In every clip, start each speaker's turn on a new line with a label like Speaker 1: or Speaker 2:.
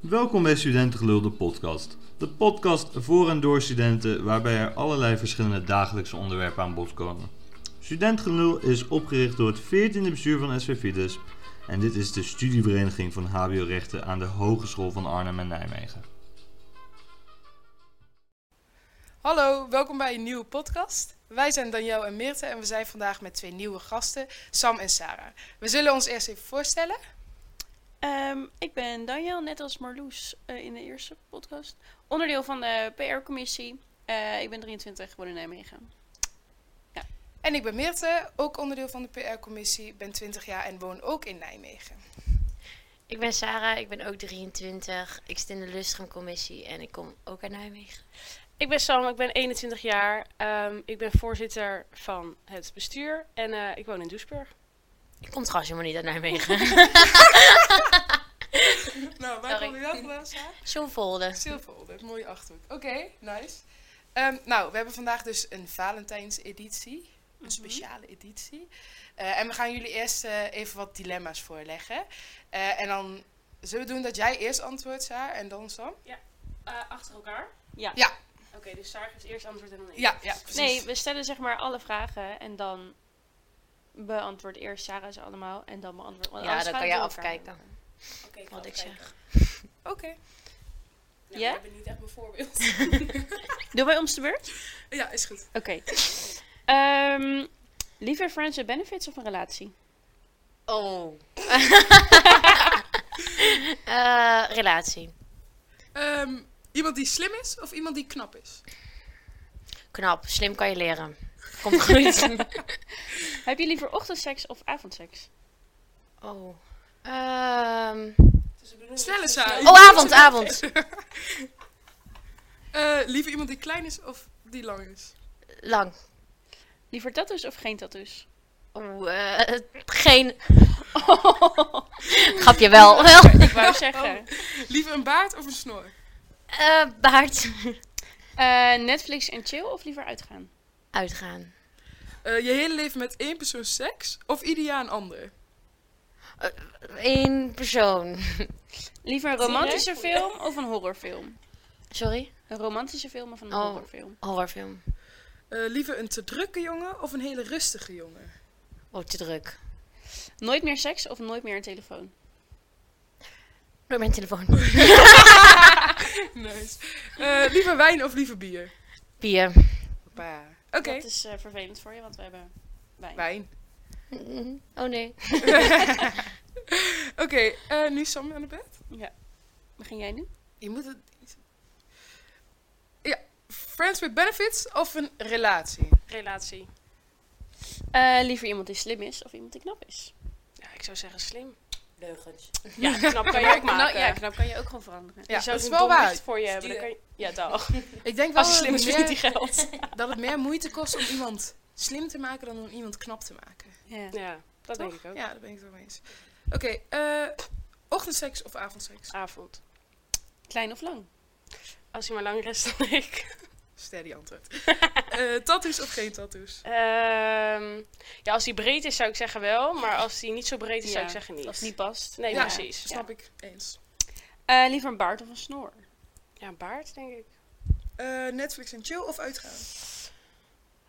Speaker 1: Welkom bij Studentengelul, de podcast. De podcast voor en door studenten, waarbij er allerlei verschillende dagelijkse onderwerpen aan bod komen. Studentgelul is opgericht door het 14e bestuur van SV Fides en dit is de studievereniging van HBO-rechten aan de Hogeschool van Arnhem en Nijmegen.
Speaker 2: Hallo, welkom bij een nieuwe podcast. Wij zijn Daniel en Meerte en we zijn vandaag met twee nieuwe gasten, Sam en Sarah. We zullen ons eerst even voorstellen.
Speaker 3: Ehm, ik ben Daniel, net als Marloes eh, in de eerste podcast. Onderdeel van de PR-commissie. Eh, ik ben 23, woon in Nijmegen.
Speaker 2: En ik ben Meerte, ook onderdeel van de PR-commissie, ben 20 jaar en woon ook in Nijmegen.
Speaker 4: Ik ben Sarah, ik ben ook 23. Ik zit in de Lustrumcommissie en ik kom ook uit Nijmegen.
Speaker 5: Ik ben Sam, ik ben 21 jaar. Ehm, ik ben voorzitter van het bestuur en eh, ik woon in Doesburg.
Speaker 4: Ik kom trouwens helemaal niet uit Nijmegen.
Speaker 2: Nou, waar
Speaker 4: Sorry.
Speaker 2: kom je wel vandaan, Sarah?
Speaker 4: Zoenvolde.
Speaker 2: Zilverolder, mooie achterhoek. Oké, nice. Ehm, nou, we hebben vandaag dus een Valentijns-editie. Een speciale editie. Eh, en we gaan jullie eerst eh, even wat dilemma's voorleggen. Eh, en dan zullen we doen dat jij eerst antwoordt, Saar, en dan Sam?
Speaker 5: Eh, achter elkaar?
Speaker 3: Ja.
Speaker 2: Ja.
Speaker 5: Oké, dus Sarah geeft eerst antwoord en dan ik.
Speaker 2: Ja, ja precies.
Speaker 3: Nee, we stellen zeg maar alle vragen en dan beantwoord eerst Sarah ze allemaal en dan beantwoord want
Speaker 4: Ja,
Speaker 3: anders
Speaker 4: dan
Speaker 3: gaan
Speaker 4: kan
Speaker 3: we
Speaker 4: jij
Speaker 3: door elkaar
Speaker 4: afkijken.
Speaker 3: heen.
Speaker 5: Oké,
Speaker 4: Wat ik zeg.
Speaker 2: Oké.
Speaker 3: Nou, Ja? ik
Speaker 5: ben niet echt mijn voorbeeld.
Speaker 3: Doen wij ons de beurt?
Speaker 2: Ja, is goed.
Speaker 3: Oké. Ehm, liever friends with benefits of een relatie?
Speaker 4: Oh. Eh, relatie.
Speaker 2: Ehm, iemand die slim is of iemand die knap is?
Speaker 4: Knap, slim kan je leren. Komt goed.
Speaker 3: Heb je liever ochtendseks of avondseks?
Speaker 4: oh. Ehm,
Speaker 2: Snelle Saar.
Speaker 4: oh, avond, avond.
Speaker 2: Eh, liever iemand die klein is of die lang is?
Speaker 4: Lang.
Speaker 3: Liever tattoos of geen dus? tattoos?
Speaker 4: Oh, eh, geen. Grapje wel. wel.
Speaker 3: Ik wou zeggen.
Speaker 5: Oh.
Speaker 2: Liever een baard of een snor?
Speaker 4: Eh, baard.
Speaker 3: Eh, Netflix en chill of liever uitgaan?
Speaker 4: Uitgaan.
Speaker 2: Eh, je hele leven met één persoon seks of ieder jaar een ander?
Speaker 4: Eén persoon.
Speaker 3: Liever een romantische film of een horrorfilm?
Speaker 4: Sorry?
Speaker 3: Een romantische film of een
Speaker 4: Oh.
Speaker 3: horrorfilm?
Speaker 4: Horrorfilm.
Speaker 2: Eh, liever een te drukke jongen of een hele rustige jongen?
Speaker 4: Oh, te druk.
Speaker 3: Nooit meer seks of nooit meer een telefoon?
Speaker 4: Door mijn telefoon.
Speaker 2: Nice. Eh, liever wijn of liever bier?
Speaker 4: Bier.
Speaker 2: Oké.
Speaker 3: Dat is eh, vervelend voor je, want we hebben wijn.
Speaker 2: Wijn.
Speaker 4: Mm, Oh nee.
Speaker 2: Oké, eh, nu Sam aan de bed.
Speaker 3: Wat ging jij nu?
Speaker 2: Je moet het... Ja, friends with benefits of een relatie?
Speaker 5: Relatie.
Speaker 3: Eh, liever iemand die slim is of iemand die knap is?
Speaker 5: Ja, ik zou zeggen slim.
Speaker 4: Leugens.
Speaker 5: Ja, knap kan je ook
Speaker 3: Nou,
Speaker 5: maken.
Speaker 3: ja, knap kan je ook gewoon veranderen.
Speaker 2: Ja,
Speaker 5: je zou
Speaker 2: dat is
Speaker 5: een
Speaker 2: wel
Speaker 5: dom licht
Speaker 2: waar.
Speaker 5: voor je hebben. dan kan je- Ja, dag.
Speaker 2: Ik denk wel
Speaker 5: Als je slim is,
Speaker 2: dat, het
Speaker 5: verdient die
Speaker 2: meer,
Speaker 5: geld.
Speaker 2: dat het meer moeite kost om iemand slim te maken dan om iemand knap te maken.
Speaker 3: Ja.
Speaker 5: Ja, dat
Speaker 2: Toch?
Speaker 5: denk ik ook.
Speaker 2: Ja, daar ben ik het wel mee eens. Oké, eh ochtendseks of avondseks?
Speaker 5: Avond.
Speaker 3: Klein of lang?
Speaker 5: Als hij maar langer is dan ik.
Speaker 2: Steady antwoord. Eh tattoos of geen tattoos?
Speaker 5: Ehm, ja, als die breed is zou ik zeggen wel, maar als die niet zo breed is zou
Speaker 3: Ja,
Speaker 5: ik zeggen niet.
Speaker 3: Als het niet past.
Speaker 5: Nee,
Speaker 2: Ja.
Speaker 5: precies. Ja.
Speaker 2: Snap ik eens.
Speaker 3: Eh, liever een baard of een snor?
Speaker 5: ja, een baard denk ik.
Speaker 2: Eh, Netflix en chill of uitgaan?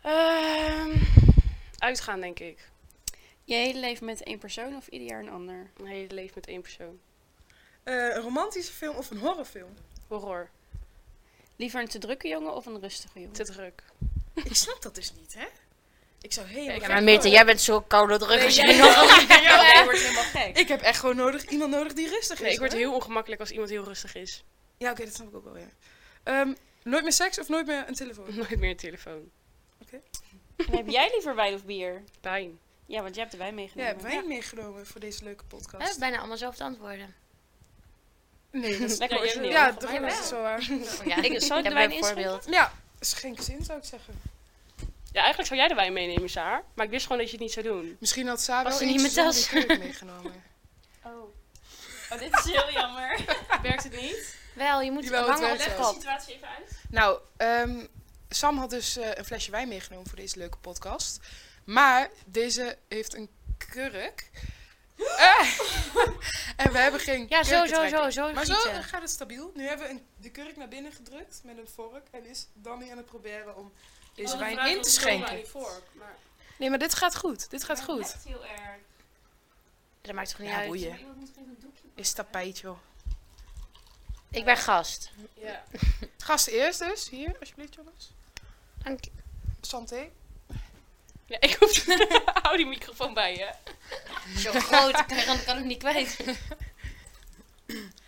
Speaker 5: Ehm, uitgaan denk ik.
Speaker 3: Je hele leven met één persoon of ieder jaar een ander?
Speaker 5: Mijn hele leven met één persoon.
Speaker 2: Eh, een romantische film of een horrorfilm?
Speaker 5: Horror.
Speaker 3: Liever een te drukke jongen of een rustige jongen?
Speaker 5: Te druk.
Speaker 2: Ik snap dat dus niet, hè? Ik zou helemaal... Oh,
Speaker 4: Ja, maar Meerte, jij bent zo koude druk als je niet nog-
Speaker 3: Oh, jij wordt helemaal gek.
Speaker 2: Ik heb echt gewoon nodig, iemand nodig die rustig
Speaker 5: Nee,
Speaker 2: is.
Speaker 5: ik word
Speaker 2: hoor.
Speaker 5: heel ongemakkelijk als iemand heel rustig is.
Speaker 2: Ja, oké, dat snap ik ook wel, ja. Ehm, nooit meer seks of nooit meer een
Speaker 4: Mhm.
Speaker 2: telefoon?
Speaker 5: Nooit meer een telefoon.
Speaker 3: En heb jij liever wijn of bier?
Speaker 5: Pijn.
Speaker 3: Ja, want jij hebt de wijn
Speaker 2: Ja,
Speaker 3: meegenomen.
Speaker 2: heb wijn meegenomen voor deze leuke
Speaker 4: Hè,
Speaker 2: podcast.
Speaker 4: bijna allemaal zelf te antwoorden.
Speaker 2: Nee, dat is...
Speaker 3: Lekker
Speaker 5: Ja, jij
Speaker 3: origineel.
Speaker 5: wel.
Speaker 2: Ja,
Speaker 5: Volgens
Speaker 2: dat
Speaker 5: mij
Speaker 2: dat is zo waar.
Speaker 4: Ja,
Speaker 3: Ik- zal ik de wijn
Speaker 4: bijvoorbeeld.
Speaker 2: Ja, schenk zin zou ik zeggen.
Speaker 5: Ja, eigenlijk zou jij de wijn meenemen, Saar. Maar ik wist gewoon dat je het niet zou doen.
Speaker 2: Misschien had Sarah wel
Speaker 4: Als ze niet
Speaker 2: iets
Speaker 4: met
Speaker 2: zonder die kurk meegenomen.
Speaker 3: Oh. oh, dit is heel jammer.
Speaker 5: Werkt het niet?
Speaker 4: Wel, je moet
Speaker 2: Jawel, het
Speaker 4: hangen op
Speaker 2: werkt
Speaker 4: de
Speaker 2: wel.
Speaker 4: kop.
Speaker 3: situatie even uit.
Speaker 2: Nou, ehm, Sam had dus eh, een flesje wijn meegenomen voor deze leuke podcast. Maar deze heeft een kurk. Eh, en we hebben geen
Speaker 4: Ja, zo, zo,
Speaker 2: kurkentrekker.
Speaker 4: zo, zo.
Speaker 2: Maar zo
Speaker 4: gieten.
Speaker 2: gaat het stabiel. Nu hebben we een- de kurk naar binnen gedrukt met een vork. En is Danny aan het proberen om deze
Speaker 4: Oh,
Speaker 2: wijn in te schenken. Nee, maar dit gaat goed. Dit gaat goed.
Speaker 4: Dat maakt toch niet
Speaker 2: Ja,
Speaker 4: uit?
Speaker 2: boeien. Is tapijt, joh.
Speaker 4: Ik ben gast.
Speaker 2: Gast eerst dus. Hier, alsjeblieft, jongens.
Speaker 4: Dank je.
Speaker 2: Santé.
Speaker 5: Ja, ik hoef... Hou die microfoon bij je.
Speaker 4: Zo groot, Oh, ik kan, kan ik niet kwijt.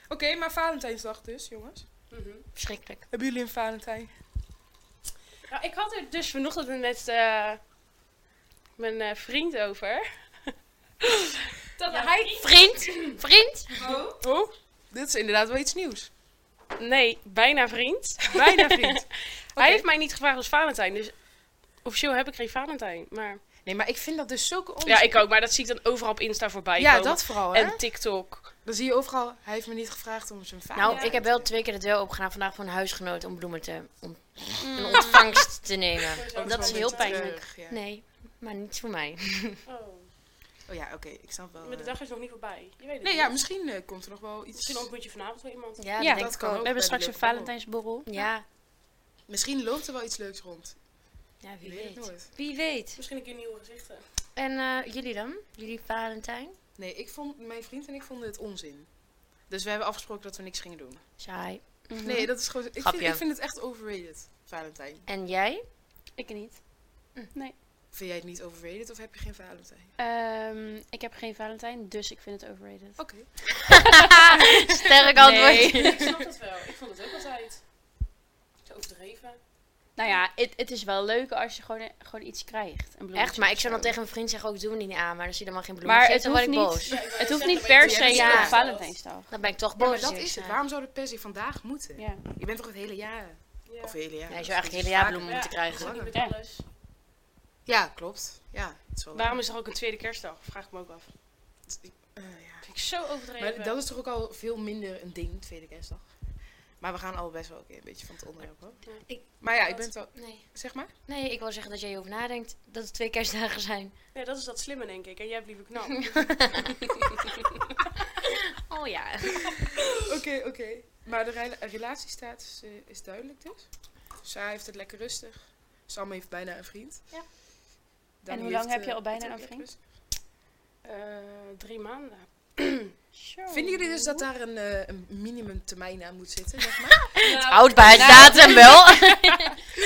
Speaker 2: Oké, maar Valentijnsdag dus, jongens.
Speaker 4: Verschrikkelijk.
Speaker 2: Hebben jullie een Valentijn?
Speaker 5: Nou, ik had er dus vanochtend met eh, mijn eh, vriend over. dat hij...
Speaker 4: Vriend, vriend.
Speaker 2: Oh, dit is inderdaad wel iets nieuws.
Speaker 5: Nee, bijna vriend.
Speaker 2: Bijna vriend.
Speaker 5: Hij heeft mij niet gevraagd als Valentijn, dus officieel heb ik geen Valentijn. Maar...
Speaker 2: Nee, maar ik vind dat dus zulke onzin.
Speaker 5: Ja, ik ook, maar dat zie ik dan overal op Insta voorbij
Speaker 2: Ja,
Speaker 5: komen.
Speaker 2: dat vooral, hè?
Speaker 5: En TikTok.
Speaker 2: Dan zie je overal, hij heeft me niet gevraagd om zijn vader.
Speaker 4: Nou, ik heb wel twee keer de deur opgedaan vandaag voor een huisgenoot om bloemen te... om een ontvangst te nemen.
Speaker 2: Oh,
Speaker 4: dat is heel pijnlijk.
Speaker 2: ja.
Speaker 4: Nee, maar niet voor mij.
Speaker 5: Oh,
Speaker 2: Oh ja, oké, ik snap wel.
Speaker 5: maar de
Speaker 2: eh.
Speaker 5: dag is nog niet voorbij. Je weet het
Speaker 2: Nee,
Speaker 5: niet.
Speaker 2: ja, misschien eh, komt er nog wel iets.
Speaker 5: Misschien ontmoet je vanavond wel iemand.
Speaker 4: Ja,
Speaker 3: Ja,
Speaker 4: dat denk
Speaker 2: dat
Speaker 4: ik
Speaker 2: kan
Speaker 4: ook.
Speaker 2: ook.
Speaker 3: We hebben
Speaker 2: bij de
Speaker 3: straks een
Speaker 2: leeuwenborrel.
Speaker 3: Valentijnsborrel.
Speaker 4: Ja.
Speaker 2: Misschien loopt er wel iets leuks rond.
Speaker 4: ja,
Speaker 2: Je
Speaker 4: wie
Speaker 2: weet het
Speaker 4: weet.
Speaker 2: nooit.
Speaker 4: Wie weet.
Speaker 5: Misschien een keer nieuwe gezichten.
Speaker 4: En eh, jullie dan? Jullie Valentijn?
Speaker 2: Nee, ik vond, mijn vriend en ik vonden het onzin. Dus we hebben afgesproken dat we niks gingen doen.
Speaker 4: Saai.
Speaker 3: Mhm.
Speaker 2: Nee, dat is gewoon. Ik vind,
Speaker 4: Grapje.
Speaker 2: ik vind het echt overrated, Valentijn.
Speaker 4: En jij?
Speaker 3: Ik niet.
Speaker 2: Vind jij het niet overrated of heb je geen Valentijn?
Speaker 3: Ehm, ik heb geen Valentijn, dus ik vind het overrated.
Speaker 2: Oké.
Speaker 4: Sterk antwoord.
Speaker 5: ik snap dat wel. Ik vond het ook altijd. Te overdreven.
Speaker 3: Nou ja, het, het is wel leuk als je gewoon, gewoon iets krijgt. Een bloemetje
Speaker 4: Echt, maar
Speaker 3: of
Speaker 4: ik zou dan
Speaker 3: zo.
Speaker 4: tegen een vriend zeggen, ook doen we niet aan. Maar als je dan maar geen bloemen
Speaker 3: Maar
Speaker 4: geeft,
Speaker 3: het
Speaker 4: dan word
Speaker 3: hoeft
Speaker 4: ik
Speaker 3: niet,
Speaker 4: boos.
Speaker 3: het hoeft niet per se
Speaker 4: Ja.
Speaker 3: op Valentijnsdag.
Speaker 4: Dan ben ik toch
Speaker 2: Ja,
Speaker 4: boos. dus,
Speaker 2: maar
Speaker 4: als
Speaker 2: dat
Speaker 4: ik
Speaker 2: is het.
Speaker 4: sta.
Speaker 2: Waarom zou het per se vandaag moeten?
Speaker 3: Ja.
Speaker 2: Je bent toch het hele jaar? Of het hele jaar?
Speaker 4: Ja, je
Speaker 2: dat
Speaker 4: zou
Speaker 2: is
Speaker 4: eigenlijk hele jaar
Speaker 2: vaker.
Speaker 4: bloemen moeten krijgen.
Speaker 2: Langer.
Speaker 3: Ja.
Speaker 5: alles.
Speaker 2: Ja, klopt. Ja, het is wel
Speaker 5: Waarom is er ook een tweede kerstdag? Vraag ik me ook af.
Speaker 2: Eh, ja.
Speaker 5: Vind ik zo overdreven.
Speaker 2: Maar dat is toch ook al veel minder een ding, tweede kerstdag. Maar we gaan al best wel oké, een beetje van het onderwerp hoor.
Speaker 4: Ik-
Speaker 2: maar ja, ik ben het wel.
Speaker 4: Nee.
Speaker 2: Zeg maar.
Speaker 4: nee, ik wil zeggen dat jij hierover nadenkt dat het twee kerstdagen zijn.
Speaker 5: Ja, dat is dat slimme, denk ik. En jij hebt liever knap.
Speaker 4: Oh ja.
Speaker 2: Nou, Oké, oké. Maar de rela- relatiestatus eh, is duidelijk dus. Saar heeft het lekker rustig. Sam heeft bijna een vriend.
Speaker 5: Ja.
Speaker 2: Dan
Speaker 3: En hoe
Speaker 2: heeft,
Speaker 3: lang heb
Speaker 2: eh,
Speaker 3: je al bijna
Speaker 2: het ook
Speaker 3: een
Speaker 2: lekker
Speaker 3: vriend?
Speaker 2: rustig.
Speaker 5: Eh, drie maanden.
Speaker 2: Vinden jullie dus dat daar een, eh, een minimum termijn aan moet zitten, zeg maar?
Speaker 4: Nou. Houdbaarheidsdatum wel.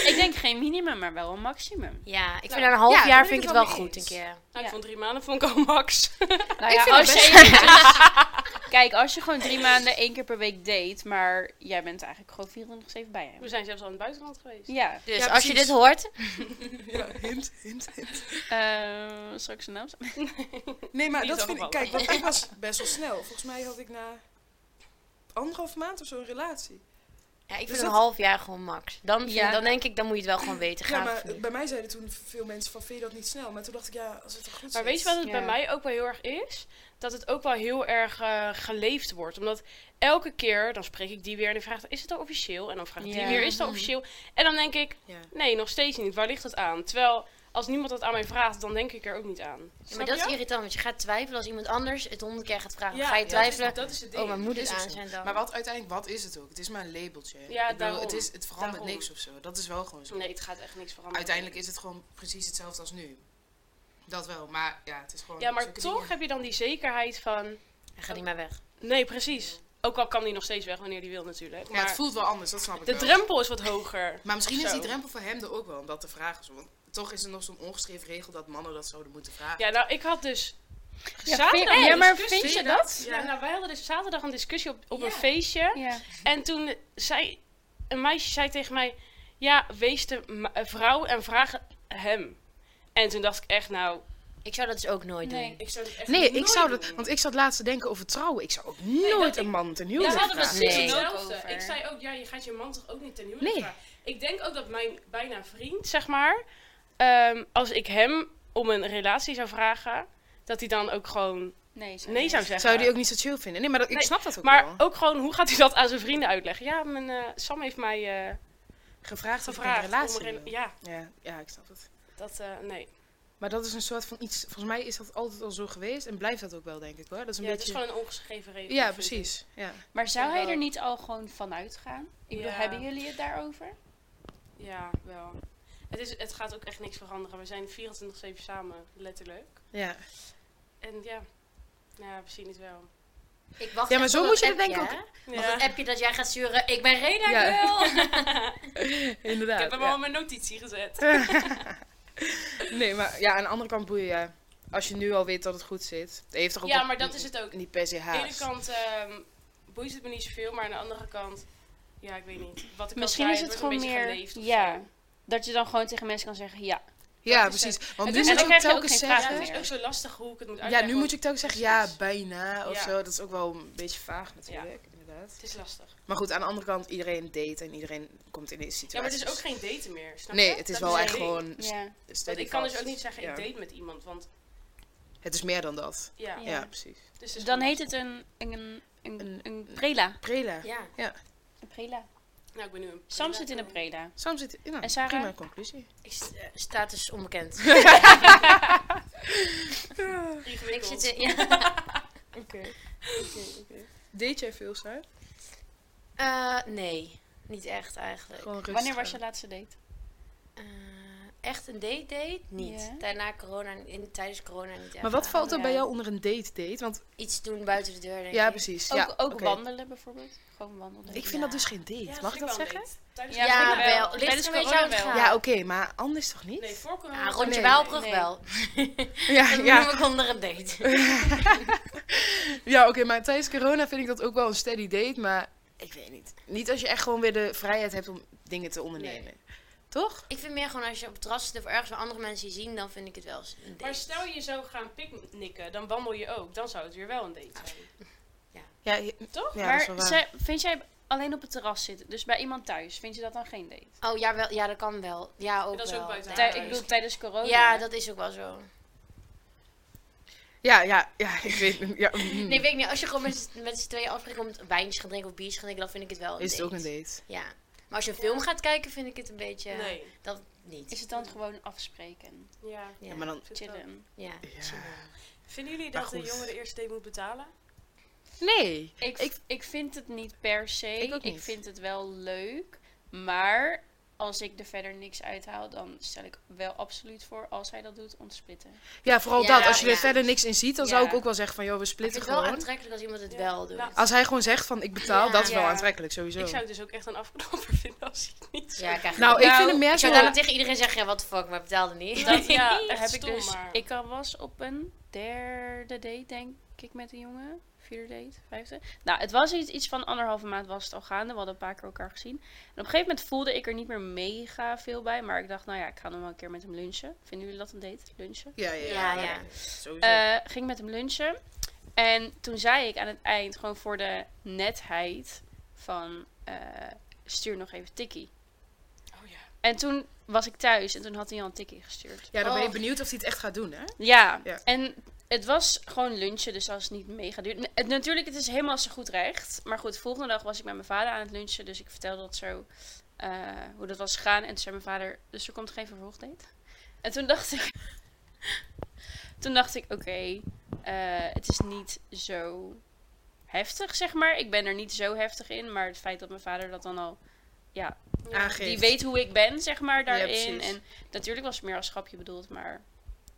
Speaker 3: Ik denk geen minimum, maar wel een maximum.
Speaker 4: Ja, ik vind
Speaker 5: Nou,
Speaker 4: na een half
Speaker 2: ja,
Speaker 4: jaar
Speaker 2: daar ben
Speaker 4: vind
Speaker 2: ik
Speaker 4: ik
Speaker 2: het wel
Speaker 4: het wel
Speaker 2: mee
Speaker 4: goed een
Speaker 2: eens.
Speaker 4: keer.
Speaker 3: Ja.
Speaker 5: Nou, ik vond drie maanden vond ik al max.
Speaker 3: Nou
Speaker 2: Ik
Speaker 3: ja,
Speaker 2: vind het
Speaker 3: als
Speaker 2: best
Speaker 3: je... Kijk, als je gewoon drie maanden één keer per week date, maar jij bent eigenlijk gewoon 24-7 bij
Speaker 5: We
Speaker 3: hem.
Speaker 5: zijn zelfs al in het buitenland geweest.
Speaker 3: Ja,
Speaker 4: Dus
Speaker 2: Ja,
Speaker 4: als je
Speaker 2: precies.
Speaker 4: dit hoort,
Speaker 2: ja, hint, hint, hint.
Speaker 3: eh, zal ik zijn naam zeggen?
Speaker 2: Nee, maar
Speaker 5: Die
Speaker 2: dat
Speaker 5: is
Speaker 2: vind ik. Kijk,
Speaker 5: overvallen.
Speaker 2: want ik was best wel snel. Volgens mij had ik na anderhalf maand of zo een relatie.
Speaker 4: ja, ik vind
Speaker 2: Dus
Speaker 4: een
Speaker 2: dat-
Speaker 4: half jaar gewoon max. Dan, vind-
Speaker 3: Ja.
Speaker 4: dan denk ik, dan moet je het wel gewoon weten.
Speaker 2: Ja,
Speaker 4: Gaan
Speaker 2: maar bij mij zeiden toen veel mensen van, vind je dat niet snel? Maar toen dacht ik, ja, als het toch goed is.
Speaker 5: Maar weet je wat het bij
Speaker 3: Ja.
Speaker 5: mij ook wel heel erg is? Dat het ook wel heel erg eh, geleefd wordt. Omdat elke keer, dan spreek ik die weer en dan vraag ik, is het al officieel? En dan vraag ik die
Speaker 3: Ja.
Speaker 5: weer, is het al officieel? En dan denk ik,
Speaker 2: Ja.
Speaker 5: nee, nog steeds niet. Waar ligt het aan? Terwijl, als niemand dat aan mij vraagt, dan denk ik er ook niet aan.
Speaker 4: Ja,
Speaker 5: Snap
Speaker 4: maar dat is
Speaker 5: je?
Speaker 4: irritant, want je gaat twijfelen als iemand anders het honderd keer gaat vragen.
Speaker 5: Ja,
Speaker 4: ga je
Speaker 5: ja,
Speaker 4: twijfelen,
Speaker 5: Dat is het ding.
Speaker 4: oh, maar moet
Speaker 2: Is
Speaker 4: het
Speaker 2: ook
Speaker 4: aan
Speaker 2: zo.
Speaker 4: zijn dan?
Speaker 2: Maar wat, uiteindelijk, wat is het ook? Het is maar een labeltje. Ik bedoel,
Speaker 5: daarom.
Speaker 2: Het, is, het verandert
Speaker 5: Daarom.
Speaker 2: niks of zo. Dat is wel gewoon zo.
Speaker 5: Nee, het gaat echt niks veranderen.
Speaker 2: Uiteindelijk is het gewoon precies hetzelfde als nu. Dat wel, maar ja, het is gewoon...
Speaker 5: Ja, maar
Speaker 2: zulke
Speaker 5: toch
Speaker 2: dingen.
Speaker 5: heb je dan die zekerheid van...
Speaker 4: Hij gaat niet meer weg.
Speaker 5: Nee, precies. Ook al kan die nog steeds weg wanneer die wil natuurlijk.
Speaker 2: Ja, het
Speaker 5: Maar
Speaker 2: voelt wel anders, dat snap ik
Speaker 5: de
Speaker 2: wel.
Speaker 5: drempel is wat hoger.
Speaker 2: Maar misschien
Speaker 5: of
Speaker 2: is
Speaker 5: zo.
Speaker 2: die drempel voor hem er ook wel, om dat te vragen. zo. Want toch is er nog zo'n ongeschreven regel dat mannen dat zouden moeten vragen.
Speaker 5: Ja, nou, ik had dus
Speaker 3: Ja,
Speaker 5: zaterdag
Speaker 3: vind- ja,
Speaker 5: een
Speaker 3: maar
Speaker 5: discussie.
Speaker 3: vind je dat?
Speaker 5: Ja, nou, wij hadden dus zaterdag een discussie op, op een feestje.
Speaker 3: Ja.
Speaker 5: En toen zei een meisje zei tegen mij: Ja, wees de ma- eh, vrouw en vraag hem. En toen dacht ik echt, nou,
Speaker 4: Ik zou dat dus ook nooit
Speaker 3: Nee.
Speaker 4: doen.
Speaker 5: ik zou dit echt
Speaker 2: Nee, ik
Speaker 5: nooit
Speaker 2: zou
Speaker 5: doen.
Speaker 2: dat, want ik zat laatst te denken over trouwen. Ik zou ook
Speaker 5: dat
Speaker 2: nooit
Speaker 5: ik-
Speaker 2: een man ten
Speaker 5: Daar
Speaker 2: huwelijk
Speaker 5: hadden we
Speaker 2: vragen.
Speaker 5: precies
Speaker 4: Nee.
Speaker 5: hetzelfde.
Speaker 3: Ook over.
Speaker 5: Ik zei ook, ja, je gaat je man toch ook niet ten huwelijk
Speaker 2: Nee.
Speaker 5: vragen. Ik denk ook dat mijn bijna vriend, zeg maar, ehm, als ik hem om een relatie zou vragen, dat hij dan ook gewoon
Speaker 3: Nee, zo
Speaker 5: nee zou zeggen.
Speaker 2: Zou je die ook niet zo chill vinden? Nee, maar dat, ik
Speaker 5: Nee,
Speaker 2: snap dat ook
Speaker 5: maar
Speaker 2: wel.
Speaker 5: ook gewoon, hoe gaat hij dat aan zijn vrienden uitleggen? Ja, mijn, eh, Sam heeft mij eh,
Speaker 2: Gevraagd of ik
Speaker 5: gevraagd.
Speaker 2: een relatie
Speaker 5: om een rela-
Speaker 2: wil.
Speaker 5: ja,
Speaker 2: ja, ja, ik snap het.
Speaker 5: dat, eh, nee.
Speaker 2: Maar dat is een soort van iets. Volgens mij is dat altijd al zo geweest en blijft dat ook wel, denk ik hoor. Dat is een
Speaker 5: ja, het is
Speaker 2: beetje.
Speaker 5: gewoon een ongeschreven regel.
Speaker 2: ja,
Speaker 5: vind ik.
Speaker 2: precies. Ja.
Speaker 3: Maar zou hij
Speaker 5: wel.
Speaker 3: er niet al gewoon vanuit gaan? Ik bedoel,
Speaker 5: Ja.
Speaker 3: hebben jullie het daarover?
Speaker 5: Ja, wel. Het, is, het gaat ook echt niks veranderen. We zijn 24-7 samen, letterlijk.
Speaker 2: Ja.
Speaker 5: En ja, ja we zien het wel.
Speaker 4: Ik wacht
Speaker 2: Ja, maar
Speaker 4: echt
Speaker 2: zo
Speaker 4: op
Speaker 2: moet
Speaker 4: dat
Speaker 2: je dat
Speaker 4: appje,
Speaker 2: denk
Speaker 4: hè? Want
Speaker 5: Ja.
Speaker 4: het appje dat jij gaat sturen, ik ben Rena,
Speaker 2: Ja.
Speaker 4: girl.
Speaker 5: Ik
Speaker 2: Inderdaad.
Speaker 5: heb hem
Speaker 2: ja.
Speaker 5: al in mijn notitie gezet.
Speaker 2: Nee, maar ja, aan de andere kant boeien ja. Als je nu al weet dat het goed zit. Het heeft toch ook
Speaker 5: Ja,
Speaker 2: wel-
Speaker 5: maar dat is het ook.
Speaker 2: Niet per se
Speaker 5: Aan de ene
Speaker 2: haast.
Speaker 5: kant ehm, boeit het me niet zoveel, maar aan de andere kant, ja, ik weet niet. Wat ik
Speaker 3: Misschien
Speaker 5: al
Speaker 3: is
Speaker 5: zei,
Speaker 3: het
Speaker 5: wordt
Speaker 3: gewoon
Speaker 5: een beetje
Speaker 3: meer.
Speaker 5: geleefd of
Speaker 3: ja.
Speaker 5: zo.
Speaker 3: Dat je dan gewoon tegen mensen kan zeggen: ja.
Speaker 2: Ja,
Speaker 5: dat is
Speaker 2: precies. Want nu
Speaker 5: Het is-
Speaker 2: moet je
Speaker 5: en dan
Speaker 2: ook
Speaker 5: krijg je ook
Speaker 2: telkens
Speaker 3: geen
Speaker 5: Ja,
Speaker 3: vragen
Speaker 5: het
Speaker 2: zeggen.
Speaker 5: is ook zo lastig hoe ik het moet
Speaker 2: Ja,
Speaker 5: uitleggen.
Speaker 2: nu moet je ook telkens zeggen, ja,
Speaker 5: Precies.
Speaker 2: bijna of
Speaker 5: Ja.
Speaker 2: zo. Dat is ook wel een beetje vaag natuurlijk, inderdaad.
Speaker 5: Het is lastig.
Speaker 2: Maar goed, aan de andere kant, iedereen date en iedereen komt in deze situatie.
Speaker 5: Ja, maar het is ook geen daten meer, snap je?
Speaker 2: Nee, het is
Speaker 5: Dat
Speaker 2: wel
Speaker 5: een
Speaker 2: echt
Speaker 5: ding.
Speaker 2: gewoon st-
Speaker 3: ja.
Speaker 5: Want
Speaker 2: steady
Speaker 5: ik kan dus
Speaker 2: vast.
Speaker 5: ook niet zeggen,
Speaker 2: Ja.
Speaker 5: ik date met iemand, want
Speaker 2: Het is meer dan dat.
Speaker 5: ja.
Speaker 2: Ja,
Speaker 3: Ja.
Speaker 2: precies.
Speaker 5: Dus het
Speaker 3: Dan
Speaker 5: is gewoon-
Speaker 3: heet het een. een, een,
Speaker 2: Een-
Speaker 3: een, een prela.
Speaker 2: Prela.
Speaker 4: Ja.
Speaker 3: Een prela.
Speaker 5: Nou, ik ben nu een
Speaker 3: Sam zit in een prela.
Speaker 2: Sam zit... Ja,
Speaker 3: En Sarah?
Speaker 2: prima conclusie.
Speaker 4: Ik, s- eh, status onbekend. ik zit in... ja.
Speaker 2: Oké. Oké, oké. Date jij veel, Sarah?
Speaker 4: Eh, nee, niet echt eigenlijk.
Speaker 2: Gewoon rustig.
Speaker 3: Wanneer was je laatste date?
Speaker 4: Eh, echt een date date? Niet.
Speaker 3: Ja.
Speaker 4: Daarna corona, in, tijdens corona niet echt.
Speaker 2: Maar wat valt er bij
Speaker 3: Ja.
Speaker 2: jou onder een date-date? Want,
Speaker 4: Iets doen buiten de deur, denk
Speaker 2: ja,
Speaker 4: ik.
Speaker 2: precies.
Speaker 3: Ook,
Speaker 2: ja,
Speaker 3: ook
Speaker 2: oké.
Speaker 3: wandelen bijvoorbeeld. Gewoon wandelen.
Speaker 2: Ik vind dat dus geen date. Mag ik dat zeggen?
Speaker 4: Ja,
Speaker 5: Ja,
Speaker 4: wel.
Speaker 5: wel.
Speaker 4: Ligt
Speaker 5: Tijdens
Speaker 4: er een beetje
Speaker 5: corona
Speaker 4: aan het
Speaker 5: wel.
Speaker 4: gaan.
Speaker 2: Ja, oké, maar anders toch niet?
Speaker 5: Nee, voor corona.
Speaker 4: Ah, rondje
Speaker 2: Nee,
Speaker 4: wel
Speaker 5: nee,
Speaker 4: op rug
Speaker 5: nee.
Speaker 4: wel.
Speaker 2: Ja,
Speaker 4: Dat
Speaker 2: ja.
Speaker 4: noem ik onder een date.
Speaker 2: Ja, oké, maar tijdens corona vind ik dat ook wel een steady date, maar ik weet niet. Niet als je echt gewoon weer de vrijheid hebt om dingen te ondernemen. Toch?
Speaker 4: ik vind meer gewoon als je op het terras zit of ergens waar andere mensen je zien, dan vind ik het wel eens een date.
Speaker 5: Maar stel je zou gaan picknicken, dan wandel je ook. Dan zou het weer wel een date zijn.
Speaker 2: Ja, je-
Speaker 5: Toch?
Speaker 2: ja, dat is wel
Speaker 3: maar
Speaker 2: waar.
Speaker 3: zij- vind jij alleen op het terras zitten, dus bij iemand thuis, vind je dat dan geen date?
Speaker 4: Oh, ja, wel, ja, dat kan wel. Ja, ook
Speaker 5: dat is Hmm. ook
Speaker 4: wel.
Speaker 5: buiten
Speaker 3: Tij-
Speaker 5: huis.
Speaker 3: ik bedoel, tijdens corona.
Speaker 4: Ja, dat is ook wel zo.
Speaker 2: ja, ja, ja, ik weet het. Ja, mm.
Speaker 4: Nee, weet ik niet. Als je gewoon met, z'n- met z'n tweeën afspreekt om wijntjes gaan drinken of biertjes gaan drinken, dan vind ik het wel een
Speaker 2: is het
Speaker 4: date.
Speaker 2: ook een date?
Speaker 4: Ja. Maar als je een film gaat kijken, vind ik het een beetje...
Speaker 5: Nee.
Speaker 4: Dat niet.
Speaker 3: Is het dan gewoon afspreken,
Speaker 5: Ja.
Speaker 4: Ja,
Speaker 2: Ja, maar dan...
Speaker 3: chillen?
Speaker 4: ja,
Speaker 2: Ja.
Speaker 4: chillen.
Speaker 5: Vinden jullie
Speaker 2: Maar
Speaker 5: dat de
Speaker 2: goed.
Speaker 5: jongen de eerste date moet betalen?
Speaker 2: Nee.
Speaker 3: Ik,
Speaker 2: Ik-
Speaker 3: ik, vind het niet per se.
Speaker 2: Ik ook niet.
Speaker 3: vind het wel leuk, maar als ik er verder niks uithaal, dan stel ik wel absoluut voor als hij dat doet, ontsplitten.
Speaker 2: Ja, vooral
Speaker 4: Ja,
Speaker 2: dat. Als je er
Speaker 4: ja.
Speaker 2: verder niks in ziet, dan
Speaker 3: Ja.
Speaker 2: zou ik ook wel zeggen van, joh, we
Speaker 4: Ik vind
Speaker 2: splitten
Speaker 4: het wel
Speaker 2: gewoon.
Speaker 4: aantrekkelijk als iemand het
Speaker 5: Ja.
Speaker 4: wel doet.
Speaker 5: Nou,
Speaker 2: Als hij gewoon zegt van, ik betaal,
Speaker 4: Ja.
Speaker 2: dat is wel
Speaker 3: Ja.
Speaker 2: aantrekkelijk, sowieso.
Speaker 5: Ik zou het dus ook echt een afknapper vinden als ik het niet
Speaker 4: ja, krijg je
Speaker 2: Nou,
Speaker 4: dat.
Speaker 2: ik
Speaker 3: Nou,
Speaker 2: vind het meer
Speaker 4: ik
Speaker 2: zo...
Speaker 4: zou daarom tegen iedereen zeggen, ja, what the fuck, maar betaalde niet.
Speaker 5: Dat, ja, echt
Speaker 3: heb
Speaker 5: stom,
Speaker 3: ik dus.
Speaker 5: maar-
Speaker 3: Ik al was op een derde date, denk ik, met een jongen. Vierde date, vijfde. Nou, het was iets, iets van anderhalve maand was het al gaande. We hadden een paar keer elkaar gezien. En op een gegeven moment voelde ik er niet meer mega veel bij. Maar ik dacht, nou ja, ik ga nog wel een keer met hem lunchen. Vinden jullie dat een date? Lunchen?
Speaker 2: Ja, ja,
Speaker 4: Ja, ja.
Speaker 5: Oh,
Speaker 2: Sowieso.
Speaker 3: Eh, ging met hem lunchen. En toen zei ik aan het eind, gewoon voor de netheid, van eh, stuur nog even tikkie.
Speaker 5: Oh ja.
Speaker 3: En toen was ik thuis en toen had hij al een tikkie gestuurd.
Speaker 2: ja, dan ben je
Speaker 4: oh.
Speaker 2: benieuwd of hij het echt gaat doen, hè?
Speaker 3: Ja,
Speaker 2: Ja.
Speaker 3: en het was gewoon lunchen, dus dat is niet mega duur. N- het- natuurlijk, het is helemaal zo goed recht. Maar goed, volgende dag was ik met mijn vader aan het lunchen, dus ik vertelde dat zo, eh, hoe dat was gegaan. En toen zei mijn vader, dus er komt geen vervolgdate. En toen dacht ik, toen dacht ik, oké, eh, het is niet zo heftig, zeg maar. Ik ben er niet zo heftig in, maar het feit dat mijn vader dat dan al, ja,
Speaker 2: Aangeeft.
Speaker 3: die weet hoe ik ben, zeg maar, daarin.
Speaker 2: precies.
Speaker 3: en natuurlijk was het meer als grapje bedoeld, maar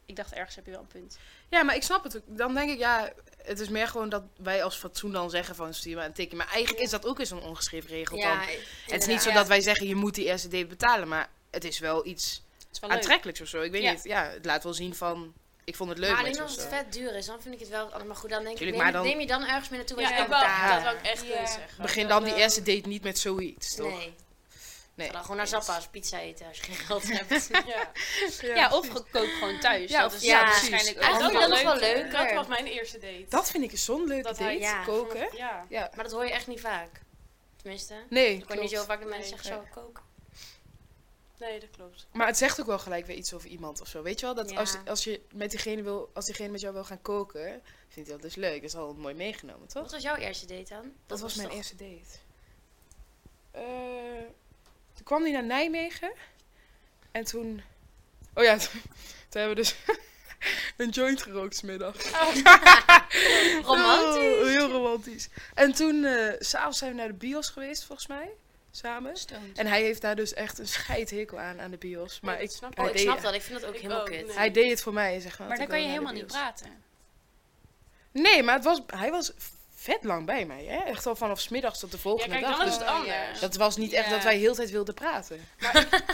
Speaker 3: ik dacht, ergens heb je wel een punt.
Speaker 2: Ja, maar ik snap het ook. Dan denk ik, ja, het is meer gewoon dat wij als fatsoen dan zeggen van stuur maar een tikje. Maar eigenlijk is dat ook eens een ongeschreven regel dan. het is niet zo dat wij zeggen je moet die eerste date betalen, maar het is wel iets
Speaker 3: Het is wel leuk.
Speaker 2: aantrekkelijks of zo. Ik weet
Speaker 3: Ja.
Speaker 2: niet, ja, het laat wel zien van ik vond het leuk
Speaker 4: maar
Speaker 2: met
Speaker 4: alleen
Speaker 2: je of
Speaker 4: als het
Speaker 2: zo.
Speaker 4: vet duur is, dan vind ik het wel allemaal goed. Dan denk ik,
Speaker 2: Tuurlijk,
Speaker 4: neem,
Speaker 2: maar dan-
Speaker 4: neem je dan ergens mee naartoe waar
Speaker 5: Ja,
Speaker 4: je
Speaker 5: ik
Speaker 4: kan
Speaker 5: wou,
Speaker 4: betalen.
Speaker 5: dat wou ik echt
Speaker 3: Ja.
Speaker 5: niet zeggen.
Speaker 2: Begin
Speaker 5: Dat,
Speaker 2: dan die
Speaker 5: eh,
Speaker 2: eerste date niet met zoiets, toch?
Speaker 4: Nee.
Speaker 2: Nee.
Speaker 4: Ga dan gewoon naar Zappa's pizza eten als je geen geld hebt.
Speaker 5: Ja.
Speaker 3: Ja, of goedkoop gewoon thuis.
Speaker 2: Ja,
Speaker 3: dat
Speaker 2: of-
Speaker 3: is
Speaker 4: ja, precies.
Speaker 3: waarschijnlijk ook
Speaker 4: Eigenlijk
Speaker 5: Dat
Speaker 4: dan
Speaker 5: was
Speaker 4: nog wel
Speaker 5: leuk.
Speaker 4: leuker.
Speaker 5: Dat was mijn eerste date.
Speaker 2: Dat vind ik een zo'n leuke
Speaker 5: Dat
Speaker 2: date,
Speaker 5: hij-
Speaker 4: ja.
Speaker 2: koken.
Speaker 5: Ja.
Speaker 2: Ja.
Speaker 4: Maar dat hoor je echt niet vaak. Tenminste. Ik
Speaker 2: Nee,
Speaker 4: hoor niet
Speaker 2: klopt.
Speaker 4: zo vaak dat mensen
Speaker 5: Nee.
Speaker 4: zeggen, zou ik koken?
Speaker 5: Nee, dat klopt.
Speaker 2: maar het zegt ook wel gelijk weer iets over iemand of zo. Weet je wel, dat
Speaker 4: Ja.
Speaker 2: als, als, je met diegene wil, als diegene met jou wil gaan koken, vindt hij dat dus leuk. Dat is al mooi meegenomen, toch?
Speaker 4: Wat was jouw eerste date dan?
Speaker 2: Dat, was mijn
Speaker 4: toch-
Speaker 2: eerste date. Eh, toen kwam hij naar Nijmegen. En toen Oh ja, toen toen hebben we dus een joint gerookt smiddag.
Speaker 4: Romantisch.
Speaker 2: Oh, heel romantisch. En toen, eh, s s'avonds zijn we naar de bios geweest, volgens mij. Samen.
Speaker 3: Stoned.
Speaker 2: En hij heeft daar dus echt een scheidhekel aan, aan de bios. Maar
Speaker 5: dat
Speaker 2: ik,
Speaker 5: snap ik.
Speaker 2: hij
Speaker 4: Oh, ik
Speaker 2: deed-
Speaker 4: snap dat. Ik vind dat ook
Speaker 5: Ik
Speaker 4: helemaal
Speaker 5: ook,
Speaker 4: kut.
Speaker 5: nee.
Speaker 2: Hij deed het voor mij, zeg maar.
Speaker 3: Maar dan
Speaker 2: want
Speaker 3: kan je
Speaker 2: ik wilde
Speaker 3: helemaal
Speaker 2: naar de
Speaker 3: niet praten.
Speaker 2: bios. Nee, maar het was, hij was vet lang bij mij, hè. Echt al vanaf 's middags tot de volgende
Speaker 5: kijk,
Speaker 2: dag.
Speaker 5: dan is
Speaker 2: Dus
Speaker 5: het anders.
Speaker 2: dat was niet echt
Speaker 3: Ja.
Speaker 2: dat wij heel de tijd wilden praten.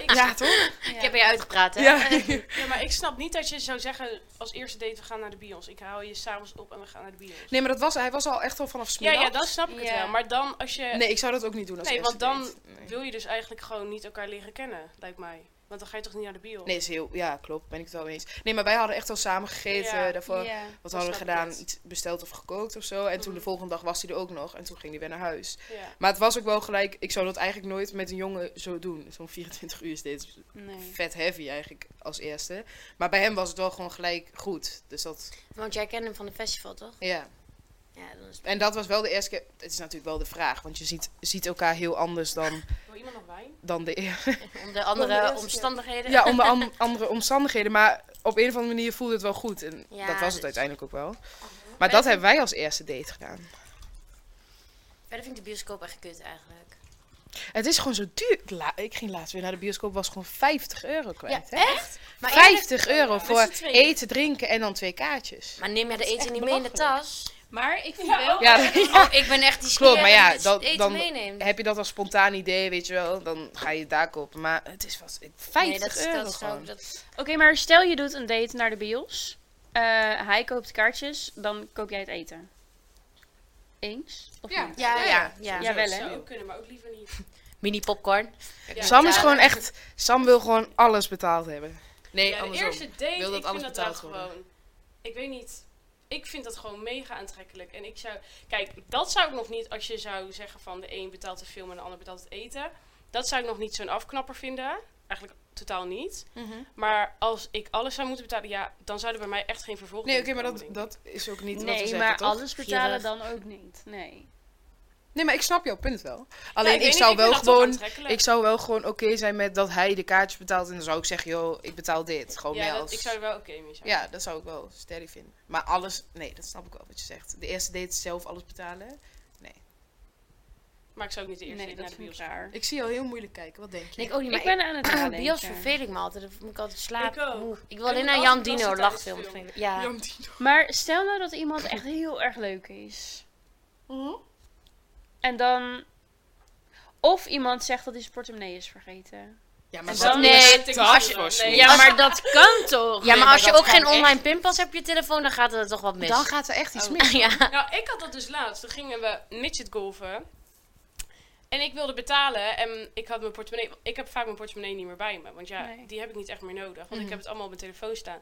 Speaker 5: Ik-
Speaker 2: Ja, toch?
Speaker 4: Ik heb je uitgepraat, hè?
Speaker 2: Ja.
Speaker 5: Ja, maar ik snap niet dat je zou zeggen als eerste date we gaan naar de bios. Ik haal je s'avonds op en we gaan naar de bios.
Speaker 2: Nee, maar dat was, hij was al echt al vanaf 's
Speaker 5: Ja,
Speaker 2: middags.
Speaker 5: ja, dan snap ik het
Speaker 3: Ja.
Speaker 5: wel. Maar dan als je...
Speaker 2: Nee, ik zou dat ook niet doen als
Speaker 5: Nee,
Speaker 2: eerste
Speaker 5: want dan
Speaker 2: date. Nee.
Speaker 5: wil je dus eigenlijk gewoon niet elkaar leren kennen, lijkt mij. Want dan ga je toch niet naar de bios?
Speaker 2: Nee, is heel, ja, klopt. Ben ik het wel mee eens. Nee, maar wij hadden echt al samen gegeten.
Speaker 5: Ja,
Speaker 2: daarvoor
Speaker 3: Ja.
Speaker 2: wat hadden we
Speaker 5: snap ik
Speaker 2: gedaan?
Speaker 5: het.
Speaker 2: Iets besteld of gekookt of zo. En toen de
Speaker 5: Mhm.
Speaker 2: volgende dag was hij er ook nog. En toen ging hij weer naar huis.
Speaker 5: Ja.
Speaker 2: Maar het was ook wel gelijk. Ik zou dat eigenlijk nooit met een jongen zo doen. Zo'n 24 uur is dit
Speaker 3: Nee.
Speaker 2: vet heavy eigenlijk als eerste. Maar bij hem was het wel gewoon gelijk goed. Dus dat,
Speaker 4: Want jij kent hem van de festival, toch?
Speaker 2: ja.
Speaker 4: Ja, dan is het...
Speaker 2: En dat was wel de eerste keer. Het is natuurlijk wel de vraag. Want je ziet, ziet elkaar heel anders dan,
Speaker 5: Wil iemand nog wijn?
Speaker 2: dan de eerste.
Speaker 4: Om de
Speaker 5: Om de
Speaker 4: andere
Speaker 5: eerste keer.
Speaker 4: omstandigheden.
Speaker 2: Ja, onder an- andere omstandigheden. Maar op een of andere manier voelde het wel goed. En
Speaker 4: Ja,
Speaker 2: dat was het
Speaker 4: dus-
Speaker 2: uiteindelijk ook wel. Maar dat hebben wij als eerste date gedaan.
Speaker 4: Verder vind ik de bioscoop echt kut, eigenlijk.
Speaker 2: Het is gewoon zo duur. La- ik ging laatst weer naar de bioscoop. was gewoon 50 euro
Speaker 4: Ja,
Speaker 2: kwijt. hè?
Speaker 4: echt? Maar, eerlijk-
Speaker 2: 50 euro voor
Speaker 5: z'n tweeën.
Speaker 2: eten, drinken en dan twee kaartjes.
Speaker 4: maar neem jij de
Speaker 2: is
Speaker 4: eten
Speaker 2: echt
Speaker 4: niet mee in de
Speaker 2: belachelijk.
Speaker 4: tas?
Speaker 3: Maar ik vind
Speaker 5: Ja.
Speaker 3: wel...
Speaker 2: Ja, dat-
Speaker 4: Oh, ik ben echt die
Speaker 2: Klopt, maar
Speaker 4: smeer
Speaker 2: ja,
Speaker 4: die
Speaker 2: dan-
Speaker 4: het eten
Speaker 2: dan-
Speaker 4: meeneemt.
Speaker 2: Heb je dat als spontaan idee, weet je wel? Dan ga je het daar kopen. Maar het is wat. 50
Speaker 4: Nee, dat, is-
Speaker 2: euro
Speaker 4: dat, zou,
Speaker 2: gewoon.
Speaker 4: dat
Speaker 3: Oké, maar stel je doet een date naar de bios. Eh, hij koopt kaartjes, dan koop jij het eten. Eens? Of
Speaker 5: Ja.
Speaker 3: niet?
Speaker 4: Ja, ja, ja.
Speaker 3: Ja, wel,
Speaker 5: Dat
Speaker 3: hè?
Speaker 5: zou ook kunnen, maar ook liever niet.
Speaker 4: Mini popcorn.
Speaker 5: Ja.
Speaker 2: Sam is
Speaker 4: Ja.
Speaker 2: gewoon echt. Sam wil gewoon alles betaald hebben. Nee,
Speaker 5: Ja, de
Speaker 2: andersom.
Speaker 5: eerste date,
Speaker 2: Wil dat
Speaker 5: ik
Speaker 2: alles
Speaker 5: vind dat wel
Speaker 2: betaald worden?
Speaker 5: gewoon... Ik weet niet. Ik vind dat gewoon mega aantrekkelijk. En ik zou... Kijk, dat zou ik nog niet... Als je zou zeggen van de een betaalt de film en de ander betaalt het eten. Dat zou ik nog niet zo'n afknapper vinden. Eigenlijk totaal niet.
Speaker 2: Mhm.
Speaker 4: Mhm.
Speaker 5: Maar als ik alles zou moeten betalen, ja, dan zou er bij mij echt geen vervolg
Speaker 2: Nee,
Speaker 5: in
Speaker 2: oké, maar dat,
Speaker 5: komen, denk ik.
Speaker 2: dat is ook niet wat we
Speaker 3: Nee,
Speaker 2: zeggen,
Speaker 3: maar
Speaker 2: toch?
Speaker 3: alles betalen
Speaker 4: Gierig.
Speaker 3: dan ook niet. Nee.
Speaker 2: Nee, maar ik snap jouw punt wel.
Speaker 5: Ja,
Speaker 2: Alleen ik,
Speaker 5: weet
Speaker 2: zou
Speaker 5: niet,
Speaker 2: wel
Speaker 5: vind dat toch
Speaker 2: gewoon,
Speaker 5: aantrekkelijk.
Speaker 2: ik zou wel gewoon oké zijn met dat hij de kaartjes betaalt en dan zou ik zeggen, joh, ik betaal dit. Gewoon
Speaker 5: ja,
Speaker 2: meer
Speaker 5: dat-
Speaker 2: als...
Speaker 5: ik zou er wel oké mee zijn.
Speaker 2: Ja, dat zou ik wel steady vinden. Maar alles, nee, dat snap ik wel wat je zegt. De eerste date zelf alles betalen.
Speaker 5: Maar ik zou ook niet de eerste
Speaker 3: nee,
Speaker 5: keer naar
Speaker 3: dat
Speaker 5: de
Speaker 3: vind ik
Speaker 5: bios
Speaker 3: raar.
Speaker 2: Ik zie jou heel moeilijk kijken. Wat denk je?
Speaker 4: Nee, ik ook niet, maar
Speaker 3: Ik ben aan het
Speaker 4: ik,
Speaker 3: nadenken.
Speaker 4: bios vervel ik me altijd. Dan moet ik altijd slapen.
Speaker 5: Ik ook.
Speaker 4: Oeh, ik wil
Speaker 5: Ik
Speaker 4: alleen
Speaker 5: moet
Speaker 4: naar Jan
Speaker 5: altijd als
Speaker 4: Dino
Speaker 5: het tijdens
Speaker 4: lachfilms
Speaker 5: film.
Speaker 4: kijken. Ja.
Speaker 2: Jan Dino.
Speaker 3: Maar stel nou dat iemand echt heel erg leuk is.
Speaker 2: Mhm.
Speaker 3: En dan... Of iemand zegt dat hij zijn portemonnee is vergeten.
Speaker 2: Ja, maar
Speaker 3: En
Speaker 2: wat
Speaker 3: dan-
Speaker 2: nee,
Speaker 4: nee,
Speaker 5: Nee.
Speaker 3: Ja, maar dat kan toch?
Speaker 4: Ja, maar als je ook geen
Speaker 3: online
Speaker 4: online pinpas hebt op je telefoon, dan gaat het toch wat mis. Oh.
Speaker 2: dan gaat er echt iets mis.
Speaker 4: ja.
Speaker 5: Nou, ik had dat dus laatst. Toen gingen we midget golven. En ik wilde betalen en ik had mijn portemonnee... Ik heb vaak mijn portemonnee niet meer bij me. Want ja,
Speaker 3: Nee.
Speaker 5: die heb ik niet echt meer nodig. Want ik heb het allemaal op mijn telefoon staan.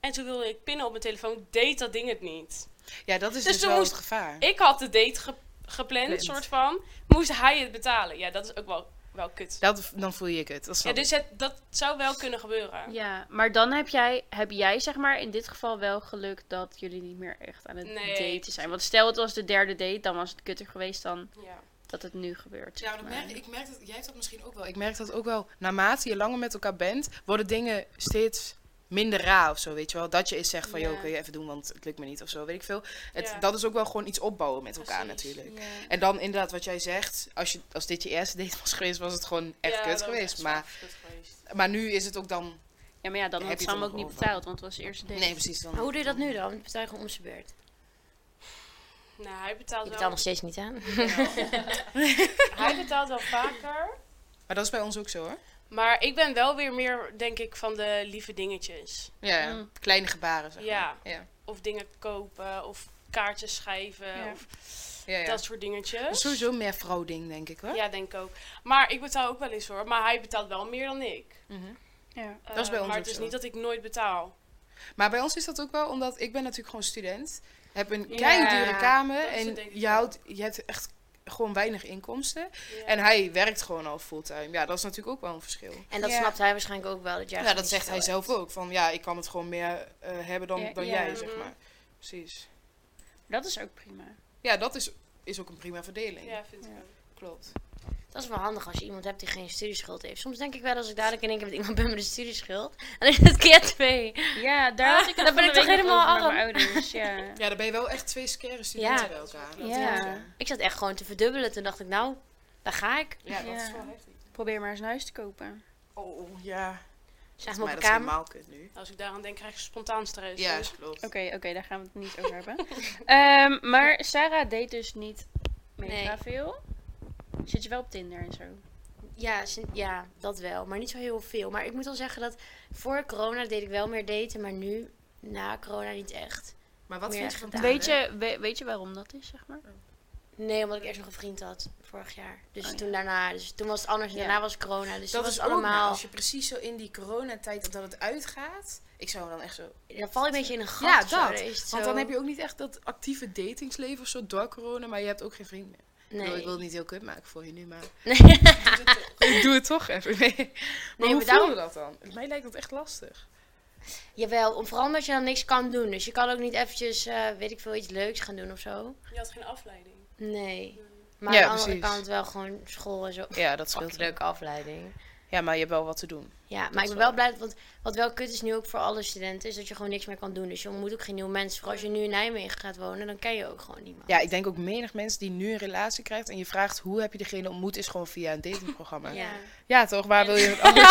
Speaker 5: En toen wilde ik pinnen op mijn telefoon. Deed dat ding het niet.
Speaker 2: Ja, dat is
Speaker 5: Dus
Speaker 2: dus,
Speaker 5: toen
Speaker 2: wel
Speaker 5: moest-
Speaker 2: het gevaar.
Speaker 5: Ik had de date ge- gepland,
Speaker 2: Gepland.
Speaker 5: soort van. Moest hij het betalen? Ja, dat is ook wel, wel kut.
Speaker 2: Dat, dan voel je ik het. Dat
Speaker 5: Ja,
Speaker 2: snap
Speaker 5: dus het, dat zou wel kunnen gebeuren.
Speaker 3: Ja, maar dan heb jij, heb jij zeg maar in dit geval wel geluk dat jullie niet meer echt aan het
Speaker 5: Nee.
Speaker 3: daten zijn. Want stel het was de derde date, dan was het kutter geweest dan
Speaker 5: Ja.
Speaker 3: dat het nu gebeurt.
Speaker 2: Ja,
Speaker 3: zeg
Speaker 2: dat
Speaker 3: maar.
Speaker 2: merk, ik merk dat, jij hebt dat misschien ook wel. Ik merk dat ook wel. Naarmate je langer met elkaar bent, worden dingen steeds minder raar of zo, weet je wel. Dat je eens zegt van,
Speaker 3: Ja.
Speaker 2: joh, kun je even doen, want het lukt me niet of zo, weet ik veel. Het,
Speaker 5: Ja.
Speaker 2: Dat is ook wel gewoon iets opbouwen met elkaar
Speaker 5: Precies,
Speaker 2: natuurlijk.
Speaker 3: Ja.
Speaker 2: En dan inderdaad wat jij zegt, als, je, als dit je eerste date was geweest, was het gewoon echt
Speaker 5: Ja,
Speaker 2: kut
Speaker 5: dat was
Speaker 2: geweest.
Speaker 5: echt
Speaker 2: Maar,
Speaker 5: zwaar kut geweest.
Speaker 2: maar nu is het ook dan...
Speaker 3: Ja, maar ja, dan
Speaker 2: Heb
Speaker 3: had
Speaker 2: je
Speaker 3: Sam
Speaker 2: het
Speaker 3: ook niet
Speaker 2: over?
Speaker 3: betaald, want het was de eerste date.
Speaker 2: Nee, precies. Dan,
Speaker 4: Maar hoe doe je dat nu dan? Want Ik betaal gewoon om zijn beurt.
Speaker 5: Nou, hij betaalt
Speaker 4: Ik
Speaker 5: wel.
Speaker 4: betaal nog steeds niet aan.
Speaker 5: Hij betaalt wel vaker.
Speaker 2: Maar dat is bij ons ook zo, hoor.
Speaker 5: Maar ik ben wel weer meer, denk ik, van de lieve dingetjes.
Speaker 2: Ja, ja.
Speaker 3: Mm.
Speaker 2: kleine gebaren, zeg
Speaker 5: Ja.
Speaker 2: maar. Ja.
Speaker 5: Of dingen kopen, of kaartjes schrijven,
Speaker 3: Ja.
Speaker 5: of
Speaker 2: Ja, ja.
Speaker 5: dat soort dingetjes.
Speaker 2: Sowieso meer vrouw-ding, denk ik, hoor.
Speaker 5: Ja, denk ik ook. Maar ik betaal ook wel eens hoor. Maar hij betaalt wel meer dan ik.
Speaker 2: Mhm.
Speaker 3: Ja.
Speaker 5: Eh,
Speaker 2: Dat is bij ons
Speaker 5: maar
Speaker 2: ook
Speaker 5: het is
Speaker 2: zo.
Speaker 5: niet dat ik nooit betaal.
Speaker 2: Maar bij ons is dat ook wel, omdat ik ben natuurlijk gewoon student. Heb een
Speaker 5: Ja,
Speaker 2: keidure kamer
Speaker 5: dat is het
Speaker 2: en
Speaker 5: denk ik
Speaker 2: je,
Speaker 5: wel.
Speaker 2: houdt, je hebt echt gewoon weinig inkomsten.
Speaker 5: Ja.
Speaker 2: En hij werkt gewoon al fulltime. Ja, dat is natuurlijk ook wel een verschil.
Speaker 4: En dat
Speaker 3: Ja.
Speaker 4: snapt hij waarschijnlijk ook wel. Dat
Speaker 2: Ja,
Speaker 4: jij gewoon
Speaker 2: dat
Speaker 4: niet
Speaker 2: zegt
Speaker 4: zo
Speaker 2: hij
Speaker 4: hebt.
Speaker 2: zelf ook. Van ja, ik kan het gewoon meer eh, hebben dan,
Speaker 3: Ja,
Speaker 2: dan
Speaker 3: ja.
Speaker 2: jij, zeg
Speaker 5: Mhm.
Speaker 2: maar. Precies.
Speaker 3: Dat is ook prima.
Speaker 2: Ja, dat is, is ook een prima verdeling.
Speaker 5: Ja, vind ik
Speaker 3: Ja.
Speaker 5: ook.
Speaker 2: Klopt.
Speaker 4: Dat is wel handig als je iemand hebt die geen studieschuld heeft. Soms denk ik wel als ik dadelijk in één keer met iemand ben met een studieschuld. Dan is het keer twee.
Speaker 3: Ja, daar had ik het
Speaker 4: Dan ben
Speaker 3: van
Speaker 4: ik
Speaker 3: de
Speaker 4: toch
Speaker 3: week nog
Speaker 4: helemaal
Speaker 3: over met mijn ouders. Ja.
Speaker 2: Ja, dan ben je wel echt twee scare studenten
Speaker 4: Ja.
Speaker 2: bij elkaar.
Speaker 3: Ja.
Speaker 4: Ik zat echt gewoon te verdubbelen. Toen dacht ik, nou, daar ga ik.
Speaker 2: Ja, dat
Speaker 3: Ja.
Speaker 2: is wel heftig.
Speaker 3: Probeer maar eens een huis te kopen.
Speaker 2: Oh, ja.
Speaker 4: Zeg
Speaker 2: Maar
Speaker 4: maar
Speaker 2: dat
Speaker 4: op
Speaker 2: is
Speaker 4: de kamer.
Speaker 2: helemaal kut nu.
Speaker 5: Als ik daaraan denk, krijg ik spontaan stress.
Speaker 2: Ja,
Speaker 5: Dus-
Speaker 2: klopt.
Speaker 3: Oké, oké, daar gaan we het niet over hebben. Ehm, maar Sarah deed dus niet mega
Speaker 4: Nee.
Speaker 3: veel. Zit je wel op Tinder en zo?
Speaker 4: Ja, sin- ja, dat wel. Maar niet zo heel veel. Maar ik moet wel zeggen dat voor corona deed ik wel meer daten. Maar nu, na corona, niet echt.
Speaker 2: Maar wat
Speaker 4: Meer
Speaker 2: vind je van
Speaker 4: gedaan.
Speaker 2: Tinder?
Speaker 3: we- weet je waarom dat is, zeg maar?
Speaker 4: Nee, omdat ik eerst nog een vriend had vorig jaar. Dus
Speaker 3: Oh, ja.
Speaker 4: toen daarna. Dus toen was het anders. En
Speaker 3: Ja.
Speaker 4: daarna was corona. Dus
Speaker 2: Dat
Speaker 4: was
Speaker 2: is
Speaker 4: het allemaal.
Speaker 2: allemaal. Als je precies zo in die coronatijd dat het uitgaat. Ik zou dan echt zo.
Speaker 4: Dan val je een beetje in een gat.
Speaker 2: Ja,
Speaker 4: of zo.
Speaker 2: dat.
Speaker 4: Dan is het
Speaker 2: Want
Speaker 4: zo-
Speaker 2: dan heb je ook niet echt dat actieve datingsleven of zo door corona, maar je hebt ook geen vrienden meer. Ik,
Speaker 4: Nee.
Speaker 2: bedoel, ik wil het niet heel kut maken voor je nu, maar
Speaker 4: Nee.
Speaker 2: ik doe het toch even. Nee, maar
Speaker 4: maar
Speaker 2: hoe voel
Speaker 4: daarom-
Speaker 2: je dat dan? Mij lijkt dat echt lastig.
Speaker 4: Jawel, om- vooral omdat je dan niks kan doen. Dus je kan ook niet eventjes, eh, weet ik veel, iets leuks gaan doen of zo.
Speaker 5: Je had geen afleiding.
Speaker 4: Nee. Maar
Speaker 2: Ja,
Speaker 4: aan de andere
Speaker 2: precies.
Speaker 4: kant wel gewoon school en zo.
Speaker 2: Ja, dat
Speaker 4: Fucking leuke afleiding.
Speaker 2: Ja, maar je hebt wel wat te doen.
Speaker 4: Ja, maar ik ben wel blij, want wat wel kut is nu ook voor alle studenten, is dat je gewoon niks meer kan doen. Dus je ontmoet ook geen nieuwe mensen. Vooral als je nu in Nijmegen gaat wonen, dan ken je ook gewoon niemand.
Speaker 2: Ja, ik denk ook menig mensen die nu een relatie krijgt en je vraagt hoe heb je degene ontmoet, is gewoon via een datingprogramma. Ja,
Speaker 4: Ja.
Speaker 2: toch? Waar wil je Oh, het anders?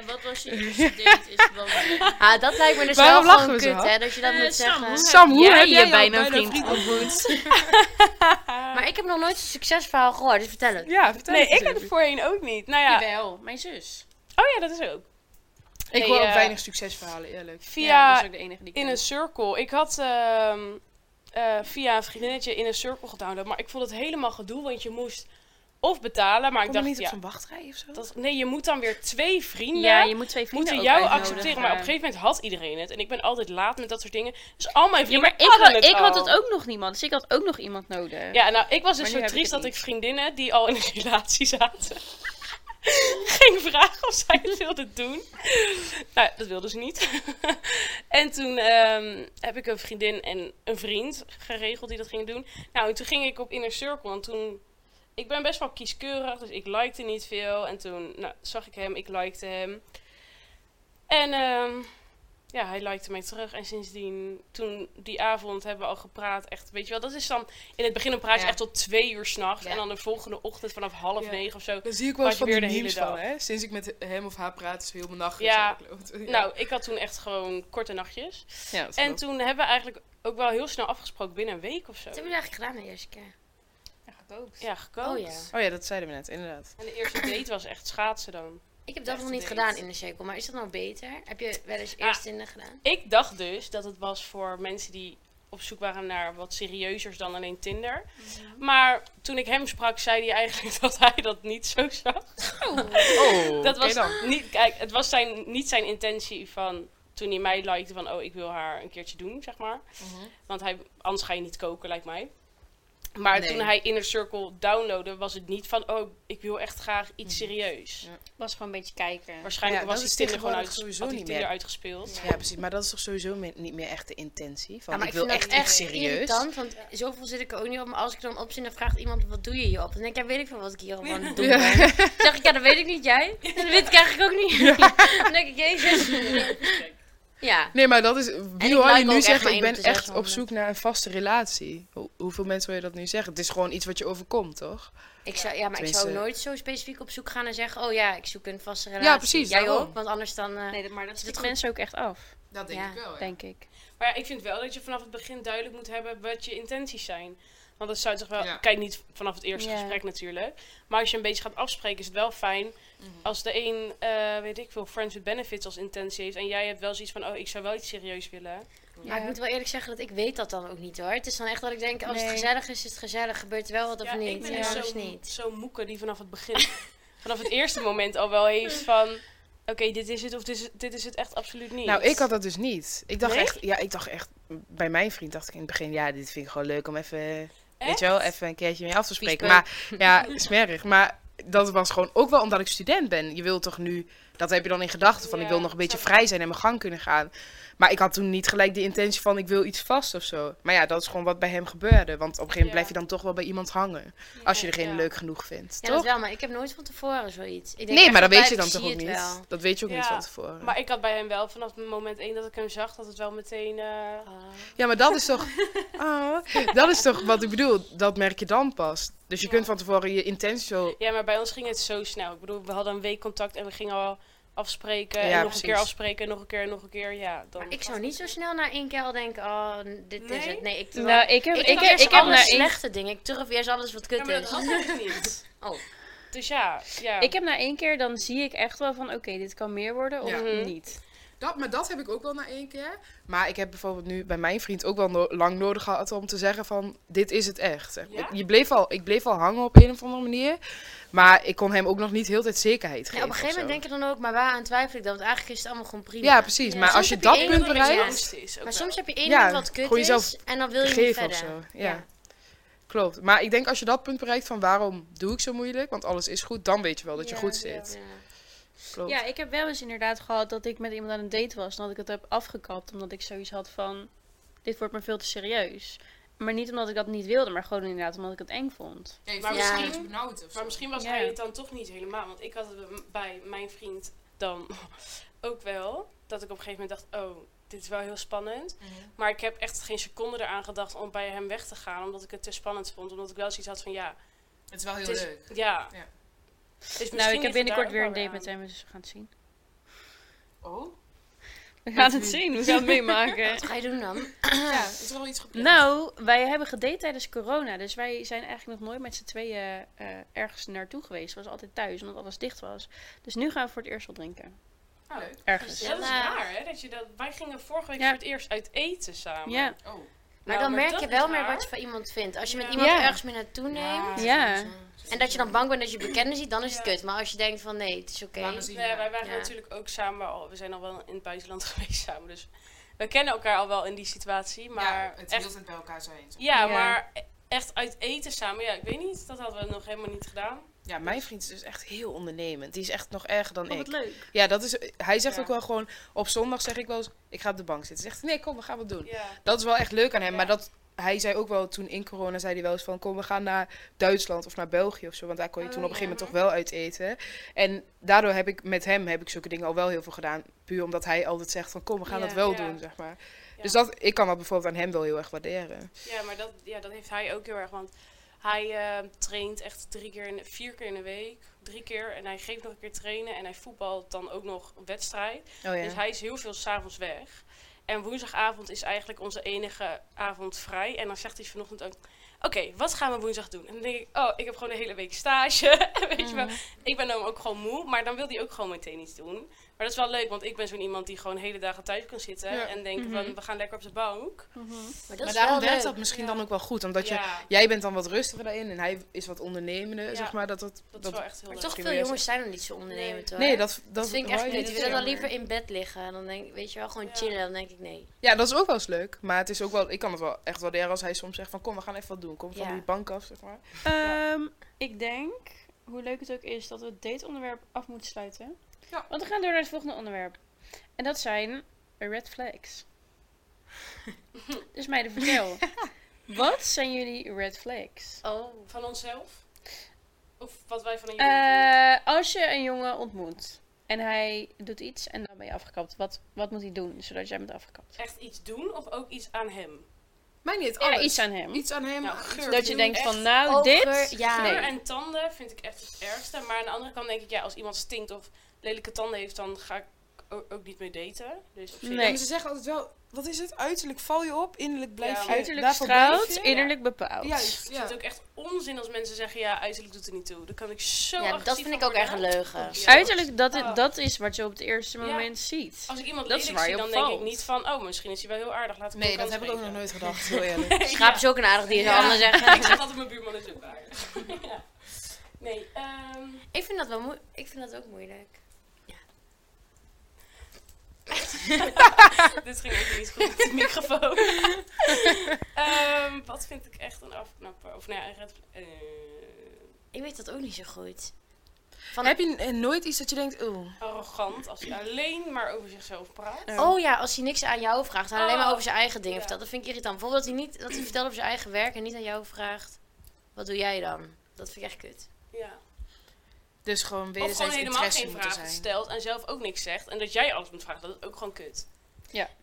Speaker 3: En wat was je eerste date? Is wel
Speaker 4: Ah, dat lijkt me dus
Speaker 2: Waarom
Speaker 4: wel
Speaker 2: lachen
Speaker 4: gewoon
Speaker 2: we zo
Speaker 4: kut,
Speaker 2: hard?
Speaker 4: hè, dat je dat
Speaker 3: Eh,
Speaker 4: moet
Speaker 3: Sam,
Speaker 4: zeggen.
Speaker 3: hoe-
Speaker 2: Sam, hoe
Speaker 3: Jij
Speaker 2: heb jij
Speaker 3: je
Speaker 2: bij
Speaker 3: bijna
Speaker 2: een vriend
Speaker 3: vriend
Speaker 2: ontmoet?
Speaker 4: Maar ik heb nog nooit een succesverhaal gehoord, dus vertel het.
Speaker 2: Ja, vertel
Speaker 5: Nee,
Speaker 2: het eens
Speaker 5: ik heb
Speaker 2: even.
Speaker 5: het voorheen ook niet. Nou ja.
Speaker 3: Jawel, mijn zus.
Speaker 5: Oh ja, dat is ook.
Speaker 2: Ik
Speaker 5: Nee,
Speaker 2: hoor ook
Speaker 5: eh,
Speaker 2: weinig succesverhalen, eerlijk.
Speaker 3: Ja, dus
Speaker 5: Via
Speaker 3: ook de enige die ik
Speaker 5: In
Speaker 3: ken.
Speaker 5: een Circle. Ik had ehm, eh, via een vriendinnetje In een Circle gedownload. Maar ik vond het helemaal gedoe, want je moest of betalen. Maar
Speaker 2: Kom
Speaker 5: ik
Speaker 2: je
Speaker 5: dacht,
Speaker 2: niet op
Speaker 5: ja,
Speaker 2: zo'n wachtrij of zo?
Speaker 5: dat, nee, je moet dan weer twee vrienden...
Speaker 3: Ja, je moet twee vrienden
Speaker 5: Moeten
Speaker 3: ook
Speaker 5: jou
Speaker 3: uitnodigen.
Speaker 5: accepteren, maar op een gegeven moment had iedereen het. En ik ben altijd laat met dat soort dingen. Dus al mijn
Speaker 3: Ja,
Speaker 5: vrienden
Speaker 3: maar ik,
Speaker 5: hadden
Speaker 3: had,
Speaker 5: het
Speaker 3: ik had
Speaker 5: al.
Speaker 3: het ook nog niemand, dus ik had ook nog iemand nodig.
Speaker 5: Ja, nou, ik was
Speaker 3: Maar
Speaker 5: dus
Speaker 3: nu
Speaker 5: zo
Speaker 3: eh, heb ik
Speaker 5: triest
Speaker 3: het
Speaker 5: dat ik
Speaker 3: niet.
Speaker 5: vriendinnen die al in een relatie zaten, ging vragen of zij het wilden doen. Nou, dat wilden ze niet. en toen ehm, heb ik een vriendin en een vriend geregeld die dat gingen doen. Nou, en toen ging ik op Inner Circle, want toen... Ik ben best wel kieskeurig, dus ik likte niet veel. En toen nou, zag ik hem, ik likte hem. En ehm, ja, hij likte mij terug. En sindsdien, toen die avond hebben we al gepraat. Echt, weet je wel, dat is dan... In het begin een praat je
Speaker 4: Ja.
Speaker 5: echt tot twee uur s'nachts.
Speaker 4: Ja.
Speaker 5: En dan de volgende ochtend vanaf half
Speaker 2: Ja.
Speaker 5: negen of zo.
Speaker 2: Dan zie ik wel
Speaker 5: Had
Speaker 2: eens
Speaker 5: je
Speaker 2: van
Speaker 5: weer
Speaker 2: die
Speaker 5: de hele
Speaker 2: memes van,
Speaker 5: dag.
Speaker 2: hè? Sinds ik met hem of haar praat, is heel mijn nacht
Speaker 5: Ja.
Speaker 2: gezellig. Ja,
Speaker 5: Nou, ik had toen echt gewoon korte nachtjes.
Speaker 2: ja, dat
Speaker 5: En
Speaker 2: klopt.
Speaker 5: toen hebben we eigenlijk ook wel heel snel afgesproken. Binnen een week of
Speaker 4: Wat
Speaker 5: zo.
Speaker 4: hebben jullie eigenlijk gedaan de eerste keer?
Speaker 5: Ja, gekookt.
Speaker 4: Oh ja.
Speaker 2: Oh ja, dat zeiden we net, inderdaad.
Speaker 5: En de eerste date was echt schaatsen dan.
Speaker 4: Ik heb dat
Speaker 5: Eerste
Speaker 4: nog niet
Speaker 5: date.
Speaker 4: gedaan in de cirkel, maar is dat nou beter? Heb je wel eens
Speaker 5: Ah.
Speaker 4: eerst in de gedaan?
Speaker 5: Ik dacht dus dat het was voor mensen die op zoek waren naar wat serieuzers dan alleen Tinder.
Speaker 2: Mhm.
Speaker 5: Maar toen ik hem sprak, zei hij eigenlijk dat hij dat niet zo zag.
Speaker 2: Oh,
Speaker 5: dat was
Speaker 2: dan.
Speaker 5: niet, kijk, het was zijn, niet zijn intentie van toen hij mij likte van oh, ik wil haar een keertje doen, zeg maar.
Speaker 2: Mhm.
Speaker 5: Want hij, anders ga je niet koken, lijkt mij. Maar
Speaker 2: Nee.
Speaker 5: toen hij Inner Circle downloadde, was het niet van oh, ik wil echt graag iets serieus.
Speaker 2: Mhm. Ja.
Speaker 3: was gewoon een beetje kijken.
Speaker 5: Waarschijnlijk
Speaker 2: Ja,
Speaker 5: was
Speaker 2: dat
Speaker 5: hij
Speaker 2: is
Speaker 5: Tinder gewoon
Speaker 2: tegenwoordig
Speaker 5: uit,
Speaker 2: sowieso
Speaker 5: had hij
Speaker 2: niet
Speaker 5: Tinder
Speaker 2: meer.
Speaker 5: uitgespeeld.
Speaker 2: Ja, precies. Maar dat is toch sowieso me- niet meer echt de intentie? Van,
Speaker 4: Ja, maar
Speaker 2: ik wil
Speaker 4: vind
Speaker 2: echt
Speaker 4: dat
Speaker 2: iets serieus.
Speaker 4: irritant, want zoveel zit ik er ook niet op. Maar als ik dan op zit, dan vraagt iemand, wat doe je hierop? Dan denk ik, ja, weet ik veel wat ik hierop aan het doen
Speaker 2: Ja.
Speaker 4: ben. Dan zeg ik, ja, dat weet ik niet, jij? En dat weet ik eigenlijk ook niet. Dan denk ik, jezus. Ja,
Speaker 2: Nee, maar dat is.
Speaker 4: ik
Speaker 2: Wie hoor je
Speaker 4: like ook
Speaker 2: nu
Speaker 4: echt
Speaker 2: zeggen,
Speaker 4: maar
Speaker 2: ik
Speaker 4: één
Speaker 2: ben
Speaker 4: op de
Speaker 2: echt op
Speaker 4: 600.
Speaker 2: zoek naar een vaste relatie? Ho- hoeveel mensen wil je dat nu zeggen? Het is gewoon iets wat je overkomt, toch?
Speaker 4: ik zou, ja maar ik zou
Speaker 2: Tenminste-
Speaker 4: nooit zo specifiek op zoek gaan en zeggen, oh ja, ik zoek een vaste relatie.
Speaker 2: Ja, precies,
Speaker 4: Jij
Speaker 2: daarom.
Speaker 4: ook, want anders dan... eh,
Speaker 3: Nee, maar dat
Speaker 4: het
Speaker 3: schiet
Speaker 4: goed?
Speaker 3: mensen ook echt af,
Speaker 2: Dat
Speaker 4: denk Ja, ik
Speaker 2: wel.
Speaker 3: denk ik.
Speaker 5: Maar ja, ik vind wel dat je vanaf het begin duidelijk moet hebben wat je intenties zijn. Want dat zou toch wel...
Speaker 2: Ja.
Speaker 5: Kijk, niet vanaf het eerste
Speaker 3: Ja.
Speaker 5: gesprek natuurlijk. Maar als je een beetje gaat afspreken, is het wel fijn... als de een, eh, weet ik veel, Friends with Benefits als intentie heeft... en jij hebt wel zoiets van, oh, ik zou wel iets serieus willen.
Speaker 4: Maar ik moet wel eerlijk zeggen dat ik weet dat dan ook niet hoor. Het is dan echt dat ik denk, als het
Speaker 3: Nee.
Speaker 4: gezellig is, is het gezellig. Gebeurt er wel wat of
Speaker 5: ik
Speaker 4: niet?
Speaker 5: ben
Speaker 4: En
Speaker 5: dus
Speaker 4: anders
Speaker 5: zo,
Speaker 4: niet.
Speaker 5: zo moeke die vanaf het begin... vanaf het eerste moment al wel heeft van... oké, dit is het of dit is, dit is het echt absoluut niet.
Speaker 2: Nou, ik had dat dus niet. Ik dacht
Speaker 5: Nee?
Speaker 2: echt, ja, ik dacht echt, bij mijn vriend dacht ik in het begin, ja, dit vind ik gewoon leuk om even, weet
Speaker 5: Echt?
Speaker 2: je wel, even een keertje mee af te spreken. Maar
Speaker 4: Vies
Speaker 2: ja, smerig. Maar dat was gewoon ook wel omdat ik student ben. Je wilt toch nu, dat heb je dan in gedachten van,
Speaker 5: Ja,
Speaker 2: ik wil nog een beetje
Speaker 5: snap ik.
Speaker 2: vrij zijn en mijn gang kunnen gaan. Maar ik had toen niet gelijk de intentie van ik wil iets vast of zo. Maar ja, dat is gewoon wat bij hem gebeurde. Want op een gegeven moment
Speaker 5: Ja.
Speaker 2: blijf je dan toch wel bij iemand hangen. Als je degene
Speaker 5: ja.
Speaker 2: leuk genoeg vindt,
Speaker 4: Ja,
Speaker 2: toch?
Speaker 4: dat wel, maar ik heb nooit van tevoren zoiets. Ik denk
Speaker 2: nee,
Speaker 4: echt
Speaker 2: maar dat weet je
Speaker 4: altijd,
Speaker 2: dan
Speaker 4: ik
Speaker 2: toch
Speaker 4: zie
Speaker 2: ook
Speaker 4: het
Speaker 2: niet?
Speaker 4: wel.
Speaker 2: Dat weet je ook niet
Speaker 5: Ja,
Speaker 2: van tevoren.
Speaker 5: Maar ik had bij hem wel vanaf moment één dat ik hem zag, dat het wel meteen... eh,
Speaker 4: Ah.
Speaker 2: Ja, maar dat is toch... Oh, dat is toch wat ik bedoel. Dat merk je dan pas. Dus je
Speaker 5: Ja.
Speaker 2: kunt van tevoren je intentie wel...
Speaker 5: Ja, maar bij ons ging het zo snel. Ik bedoel, we hadden een week contact en we gingen al afspreken. en
Speaker 2: Ja,
Speaker 5: nog een
Speaker 2: precies.
Speaker 5: keer afspreken, en nog een keer, en nog een keer. Ja, dan
Speaker 4: Maar ik zou
Speaker 5: was
Speaker 4: niet
Speaker 5: het-
Speaker 4: zo snel na één keer al denken, oh, n- dit
Speaker 5: Nee?
Speaker 4: is het. Nee, ik turf,
Speaker 3: Nou, ik heb,
Speaker 4: ik,
Speaker 3: ik,
Speaker 4: turf
Speaker 3: heb,
Speaker 4: eerst
Speaker 3: ik heb
Speaker 4: alle
Speaker 3: na één
Speaker 4: slechte dingen. Ik turf eerst alles wat kut
Speaker 5: Ja, maar dat
Speaker 4: is.
Speaker 5: had ik niet.
Speaker 4: Oh.
Speaker 5: Dus ja, ja.
Speaker 3: Ik heb na één keer, dan zie ik echt wel van, oké, dit kan meer worden of
Speaker 2: Ja.
Speaker 5: Mhm.
Speaker 3: niet.
Speaker 2: Dat, maar dat heb ik ook wel na één keer. Maar ik heb bijvoorbeeld nu bij mijn vriend ook wel no- lang nodig gehad om te zeggen van... Dit is het echt. zeg maar.
Speaker 5: Ja?
Speaker 2: Je bleef al, ik bleef al hangen op een of andere manier. Maar ik kon hem ook nog niet heel de tijd zekerheid
Speaker 4: Ja,
Speaker 2: geven.
Speaker 4: op een gegeven moment denk
Speaker 2: ik...
Speaker 4: je dan ook, maar waaraan twijfel ik dan? Want eigenlijk is het allemaal gewoon prima.
Speaker 2: Ja, precies.
Speaker 5: Ja,
Speaker 2: maar
Speaker 5: soms
Speaker 2: als je
Speaker 4: heb je
Speaker 2: dat
Speaker 4: één
Speaker 2: punt
Speaker 4: andere
Speaker 2: bereikt...
Speaker 4: kans.
Speaker 5: is
Speaker 4: Maar soms heb je één
Speaker 2: Ja,
Speaker 4: moment wat kut
Speaker 2: gewoon jezelf
Speaker 4: is en dan wil je niet
Speaker 2: geven of
Speaker 4: verder.
Speaker 2: zo. Ja. Klopt. Maar ik denk als je dat punt bereikt van waarom doe ik zo moeilijk, want alles is goed, dan weet je wel dat je
Speaker 3: Ja,
Speaker 2: goed
Speaker 3: ja.
Speaker 2: zit.
Speaker 4: Ja.
Speaker 2: Klopt.
Speaker 3: Ja, ik heb wel eens inderdaad gehad dat ik met iemand aan een date was. En dat ik het heb afgekapt. Omdat ik zoiets had van, dit wordt me veel te serieus. Maar niet omdat ik dat niet wilde, maar gewoon inderdaad omdat ik het eng vond.
Speaker 2: Dus
Speaker 6: Nee,
Speaker 5: Maar
Speaker 6: maar misschien
Speaker 5: misschien-
Speaker 6: is benauwd of zo.
Speaker 5: Maar misschien was
Speaker 3: Ja.
Speaker 5: hij het dan toch niet helemaal. Want ik had het bij m- bij mijn vriend dan ook wel. Dat ik op een gegeven moment dacht, oh, dit is wel heel spannend.
Speaker 6: Mhm.
Speaker 5: Maar ik heb echt geen seconde eraan gedacht om bij hem weg te gaan. Omdat ik het te spannend vond. Omdat ik wel zoiets had van, ja,
Speaker 6: Het is wel heel
Speaker 5: het is,
Speaker 6: leuk.
Speaker 5: ja.
Speaker 6: Ja.
Speaker 5: Dus misschien
Speaker 3: nou, ik
Speaker 5: ligt
Speaker 3: heb
Speaker 5: het
Speaker 3: binnenkort
Speaker 5: daar
Speaker 3: weer een
Speaker 5: ook
Speaker 3: date
Speaker 5: wel
Speaker 3: met
Speaker 5: aan.
Speaker 3: hem, dus we gaan het zien.
Speaker 6: Oh,
Speaker 3: We gaan het zien, we gaan het meemaken.
Speaker 4: Wat ga je doen dan?
Speaker 6: ja, is er al iets gepland?
Speaker 3: Nou, wij hebben gedate tijdens corona. Dus wij zijn eigenlijk nog nooit met z'n tweeën eh, ergens naartoe geweest. We was altijd thuis, omdat alles dicht was. Dus nu gaan we voor het eerst wat drinken.
Speaker 5: Oh.
Speaker 6: Leuk.
Speaker 3: Ergens.
Speaker 5: Ja, dat is
Speaker 4: Ja.
Speaker 5: raar, hè? Dat je dat... Wij gingen vorige week
Speaker 3: Ja.
Speaker 5: voor het eerst uit eten samen.
Speaker 3: Ja.
Speaker 6: Oh,
Speaker 4: Maar
Speaker 5: Nou,
Speaker 4: dan merk
Speaker 5: dat
Speaker 4: je
Speaker 5: is
Speaker 4: wel meer
Speaker 5: raar.
Speaker 4: wat je van iemand vindt. Als je
Speaker 5: Ja.
Speaker 4: met iemand
Speaker 3: Ja.
Speaker 4: ergens mee naartoe neemt.
Speaker 3: Ja.
Speaker 4: En dat je dan bang bent dat je bekenden ziet, dan is het
Speaker 5: Ja.
Speaker 4: kut. Maar als je denkt van nee, het is oké.
Speaker 6: Laat me zien.
Speaker 5: Nee, Dus wij waren
Speaker 4: Ja.
Speaker 5: natuurlijk ook samen al. We zijn al wel in het buitenland geweest samen. Dus we kennen elkaar al wel in die situatie. Maar
Speaker 6: het
Speaker 5: echt,
Speaker 6: hield het bij elkaar zo eens.
Speaker 5: ja,
Speaker 3: Ja.
Speaker 5: maar e- echt uit eten samen. Ja, ik weet niet. Dat hadden we nog helemaal niet gedaan.
Speaker 2: Ja, mijn vriend is dus echt heel ondernemend. Die is echt nog erger dan
Speaker 3: Oh,
Speaker 2: ik.
Speaker 3: wat leuk.
Speaker 2: Ja, dat is, hij zegt
Speaker 5: Ja.
Speaker 2: ook wel gewoon, op zondag zeg ik wel eens, ik ga op de bank zitten. Zegt hij, nee, kom, we gaan wat doen.
Speaker 5: Ja.
Speaker 2: Dat is wel echt leuk aan hem.
Speaker 5: Ja.
Speaker 2: Maar dat, hij zei ook wel toen in corona, zei hij wel eens van, kom, we gaan naar Duitsland of naar België of zo. Want daar kon je
Speaker 4: Oh,
Speaker 2: toen op een
Speaker 4: ja.
Speaker 2: gegeven moment toch wel uit eten. En daardoor heb ik met hem, heb ik zulke dingen al wel heel veel gedaan. Puur omdat hij altijd zegt van, kom, we gaan
Speaker 4: Ja.
Speaker 2: dat wel
Speaker 5: Ja.
Speaker 2: doen, zeg maar.
Speaker 5: Ja.
Speaker 2: Dus dat, ik kan dat bijvoorbeeld aan hem wel heel erg waarderen.
Speaker 5: Ja, maar dat, ja, dat heeft hij ook heel erg. Want hij eh, traint echt drie keer in, vier keer in de week. Drie keer. En hij geeft nog een keer trainen. En hij voetbalt dan ook nog wedstrijd.
Speaker 2: Oh
Speaker 5: Dus hij is heel veel s'avonds weg. En woensdagavond is eigenlijk onze enige avond vrij. En dan zegt hij vanochtend ook... Oké, wat gaan we woensdag doen? En dan denk ik, oh, ik heb gewoon de hele week stage. En Weet
Speaker 3: Mm.
Speaker 5: je wel, ik ben dan ook gewoon moe. Maar dan wil hij ook gewoon meteen iets doen. Maar dat is wel leuk, want ik ben zo'n iemand die gewoon hele dagen thuis kan zitten.
Speaker 2: Ja.
Speaker 5: En denken van, we gaan lekker op de bank.
Speaker 3: Mhm.
Speaker 4: Maar dat
Speaker 2: maar
Speaker 4: is
Speaker 2: daarom
Speaker 4: wel
Speaker 2: werkt
Speaker 4: leuk.
Speaker 2: dat misschien
Speaker 5: Ja.
Speaker 2: dan ook wel goed. Omdat je,
Speaker 5: ja,
Speaker 2: jij bent dan wat rustiger daarin en hij is wat ondernemender,
Speaker 5: Ja.
Speaker 2: zeg maar. Dat, dat,
Speaker 5: dat,
Speaker 2: dat-
Speaker 5: is wel echt heel
Speaker 4: Maar
Speaker 5: leuk.
Speaker 4: toch
Speaker 2: Misschien
Speaker 4: veel
Speaker 2: wil jij
Speaker 4: jongens zijn er niet zo ondernemend hoor.
Speaker 2: nee, dat, dat,
Speaker 4: Dat vind ik echt
Speaker 2: hoor je
Speaker 4: niet. Die
Speaker 5: dat is
Speaker 4: willen dan
Speaker 5: jammer.
Speaker 4: liever in bed liggen. En dan denk ik, weet je wel, gewoon
Speaker 5: Ja.
Speaker 4: chillen. Dan denk ik, nee.
Speaker 2: Ja, dat is ook wel eens leuk. Maar het is ook wel, ik kan het wel echt waarderen als hij soms zegt van kom, we gaan even wat doen. Kom van
Speaker 4: Ja.
Speaker 2: die bank af, zeg maar.
Speaker 3: Ehm, ik denk, hoe leuk het ook is, dat we het dateonderwerp af moeten sluiten.
Speaker 6: Ja.
Speaker 3: Want we gaan door naar het volgende onderwerp. En dat zijn red flags. dus meiden, vertel. Wat zijn jullie red flags?
Speaker 4: Oh.
Speaker 5: Van onszelf? Of wat wij van een jongen
Speaker 3: Eh, als je een jongen ontmoet en hij doet iets en dan ben je afgekapt, wat, wat moet hij doen zodat jij bent afgekapt?
Speaker 5: Echt iets doen of ook iets aan hem?
Speaker 2: Mij niet,
Speaker 3: Ja, Ah, iets aan hem.
Speaker 2: Iets aan hem.
Speaker 5: Nou, geur.
Speaker 3: Dat je denkt van,
Speaker 5: Echt
Speaker 3: nou,
Speaker 4: ogen,
Speaker 3: dit...
Speaker 4: ja.
Speaker 5: Geur
Speaker 3: Nee.
Speaker 5: en tanden vind ik echt het ergste. Maar aan de andere kant denk ik, ja, als iemand stinkt of lelijke tanden heeft, dan ga ik o- ook niet meer daten. Dus op zich-
Speaker 3: Nee.
Speaker 2: ze zeggen altijd wel, wat is het? Uiterlijk val je op, innerlijk blijf
Speaker 5: Ja,
Speaker 2: je.
Speaker 3: Uiterlijk
Speaker 2: daarvoor
Speaker 3: straalt,
Speaker 2: blijf je.
Speaker 3: innerlijk bepaald.
Speaker 2: Ja,
Speaker 5: Ik vind het ook echt onzin als mensen zeggen, ja, uiterlijk doet er niet toe. Dan kan ik zo
Speaker 4: Ja, dat
Speaker 5: agressief
Speaker 4: vind ik
Speaker 5: van
Speaker 4: ook echt een
Speaker 5: worden.
Speaker 4: leugen.
Speaker 5: Ja.
Speaker 3: Uiterlijk, dat,
Speaker 5: Ah.
Speaker 3: dat is wat je op het eerste
Speaker 5: Ja.
Speaker 3: moment ziet.
Speaker 5: Als ik iemand
Speaker 3: Dat is
Speaker 5: lelijk
Speaker 3: waar
Speaker 5: zie,
Speaker 3: je
Speaker 5: dan
Speaker 3: op
Speaker 5: denk ik
Speaker 3: valt.
Speaker 5: niet van, oh, misschien is hij wel heel aardig, laat ik hem
Speaker 2: Nee,
Speaker 5: een
Speaker 2: dat
Speaker 5: kans
Speaker 2: heb ik ook nog
Speaker 5: geven.
Speaker 2: nooit gedacht, heel eerlijk.
Speaker 4: Schaap is ook een aardig dier, zou
Speaker 5: Ja.
Speaker 4: Anne zeggen.
Speaker 5: ik zeg altijd, mijn buurman is ook aardig. ja. Nee, ehm,
Speaker 4: Ik vind dat wel moe- Ik vind dat ook moeilijk.
Speaker 5: dit ging even niet goed met die microfoon. Ehm, wat vind ik echt een afknapper? Of nou ja, een red... eh,
Speaker 4: Ik weet dat ook niet zo goed. Van-
Speaker 2: Heb je eh, nooit iets dat je denkt, oh. oeh.
Speaker 5: Arrogant als hij alleen maar over zichzelf praat.
Speaker 2: eh,
Speaker 4: Oh ja, als hij niks aan jou vraagt, en alleen maar
Speaker 5: Oh,
Speaker 4: over zijn eigen dingen
Speaker 5: ja.
Speaker 4: vertelt. Dat vind ik irritant. Bijvoorbeeld dat hij, niet, dat hij vertelt over zijn eigen werk en niet aan jou vraagt. Wat doe jij dan? Dat vind ik echt kut.
Speaker 5: Ja.
Speaker 2: Dus gewoon
Speaker 5: Of gewoon
Speaker 2: wederzijds
Speaker 5: helemaal
Speaker 2: interesse
Speaker 5: geen
Speaker 2: moeten
Speaker 5: vragen
Speaker 2: zijn.
Speaker 5: stelt en zelf ook niks zegt. En dat jij alles moet vragen, dat is ook gewoon kut.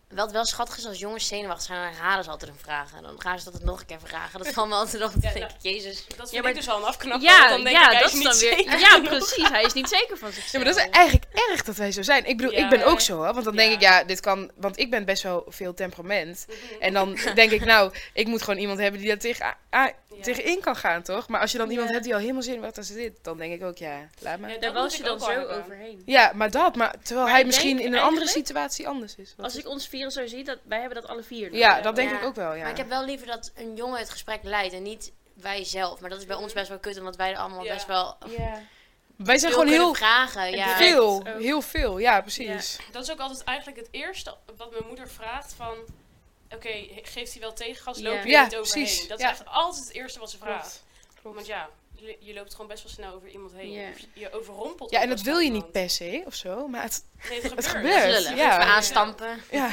Speaker 4: Wel, het wel schattig is als jongens zenuwachtig zijn, dan herhalen ze altijd een vraag. En dan gaan ze dat het nog een keer vragen. Dat valt me altijd op. Dan
Speaker 5: Ja,
Speaker 4: denk
Speaker 5: nou.
Speaker 4: ik, jezus.
Speaker 5: Dat vind
Speaker 3: Ja, maar-
Speaker 5: ik dus wel een afknapper. want
Speaker 3: Ja,
Speaker 5: dan denk
Speaker 3: ja,
Speaker 5: ik, hij
Speaker 3: dat
Speaker 5: is
Speaker 3: is
Speaker 5: niet
Speaker 3: dan weer.
Speaker 5: zeker.
Speaker 3: Ja, precies. Hij is niet zeker van zichzelf.
Speaker 2: Ja, maar dat is eigenlijk erg dat wij zo zijn. Ik bedoel,
Speaker 5: Ja.
Speaker 2: ik ben ook zo, hè? Want dan denk
Speaker 5: Ja.
Speaker 2: ik, ja, dit kan... Want ik ben best wel veel temperament. En dan denk ik, nou, ik moet gewoon iemand hebben die daar tegen, a-
Speaker 5: Ja.
Speaker 2: tegenin kan gaan, toch? Maar als je dan iemand
Speaker 3: Ja.
Speaker 2: hebt die al helemaal zenuwachtig zit, dan denk ik ook, ja, laat maar.
Speaker 5: Ja,
Speaker 2: Ja,
Speaker 5: dat
Speaker 3: Daar
Speaker 5: moet
Speaker 3: was
Speaker 5: ik
Speaker 3: je
Speaker 5: ook
Speaker 3: dan
Speaker 5: wel
Speaker 3: zo
Speaker 5: hebben.
Speaker 3: overheen.
Speaker 2: maar dat. Maar terwijl
Speaker 3: Maar
Speaker 2: hij
Speaker 3: ik
Speaker 2: misschien
Speaker 3: denk
Speaker 2: in een andere
Speaker 3: eigenlijk-
Speaker 2: situatie anders is. Wat
Speaker 3: Als
Speaker 2: is-
Speaker 3: ik ons vieren zo zie, dat, wij hebben dat alle vier.
Speaker 2: ja, dat denk
Speaker 4: Ja.
Speaker 2: ik ook wel, ja.
Speaker 4: Maar ik heb wel liever dat een jongen het gesprek leidt en niet wij zelf. Maar dat is bij ons best wel kut, omdat wij er allemaal
Speaker 5: Ja.
Speaker 4: best wel
Speaker 3: Ja.
Speaker 2: Wij zijn
Speaker 4: veel
Speaker 2: gewoon
Speaker 4: kunnen
Speaker 2: heel
Speaker 4: vragen.
Speaker 3: en
Speaker 4: Ja.
Speaker 3: direct.
Speaker 2: veel.
Speaker 3: ook.
Speaker 2: Heel veel, ja, precies.
Speaker 5: Dat is ook altijd eigenlijk het eerste wat mijn moeder vraagt van... Oké, geeft hij wel tegengas? Loop
Speaker 3: Ja.
Speaker 5: je er
Speaker 2: Ja,
Speaker 5: niet overheen?
Speaker 2: precies.
Speaker 5: Dat is
Speaker 2: Ja.
Speaker 5: echt altijd het eerste wat ze
Speaker 2: Klopt.
Speaker 5: vraagt. Want ja, je, je loopt gewoon best wel snel over iemand heen.
Speaker 3: Ja.
Speaker 5: Of je- Je overrompelt
Speaker 2: Ja, en
Speaker 5: ook
Speaker 2: dat
Speaker 5: wel
Speaker 2: wil je
Speaker 5: snel
Speaker 2: niet per se of zo, maar het,
Speaker 5: iemand. Nee, het
Speaker 2: het
Speaker 5: gebeurt.
Speaker 2: gebeurt.
Speaker 4: Lullen,
Speaker 2: ja.
Speaker 4: even aanstampen.
Speaker 2: Ja.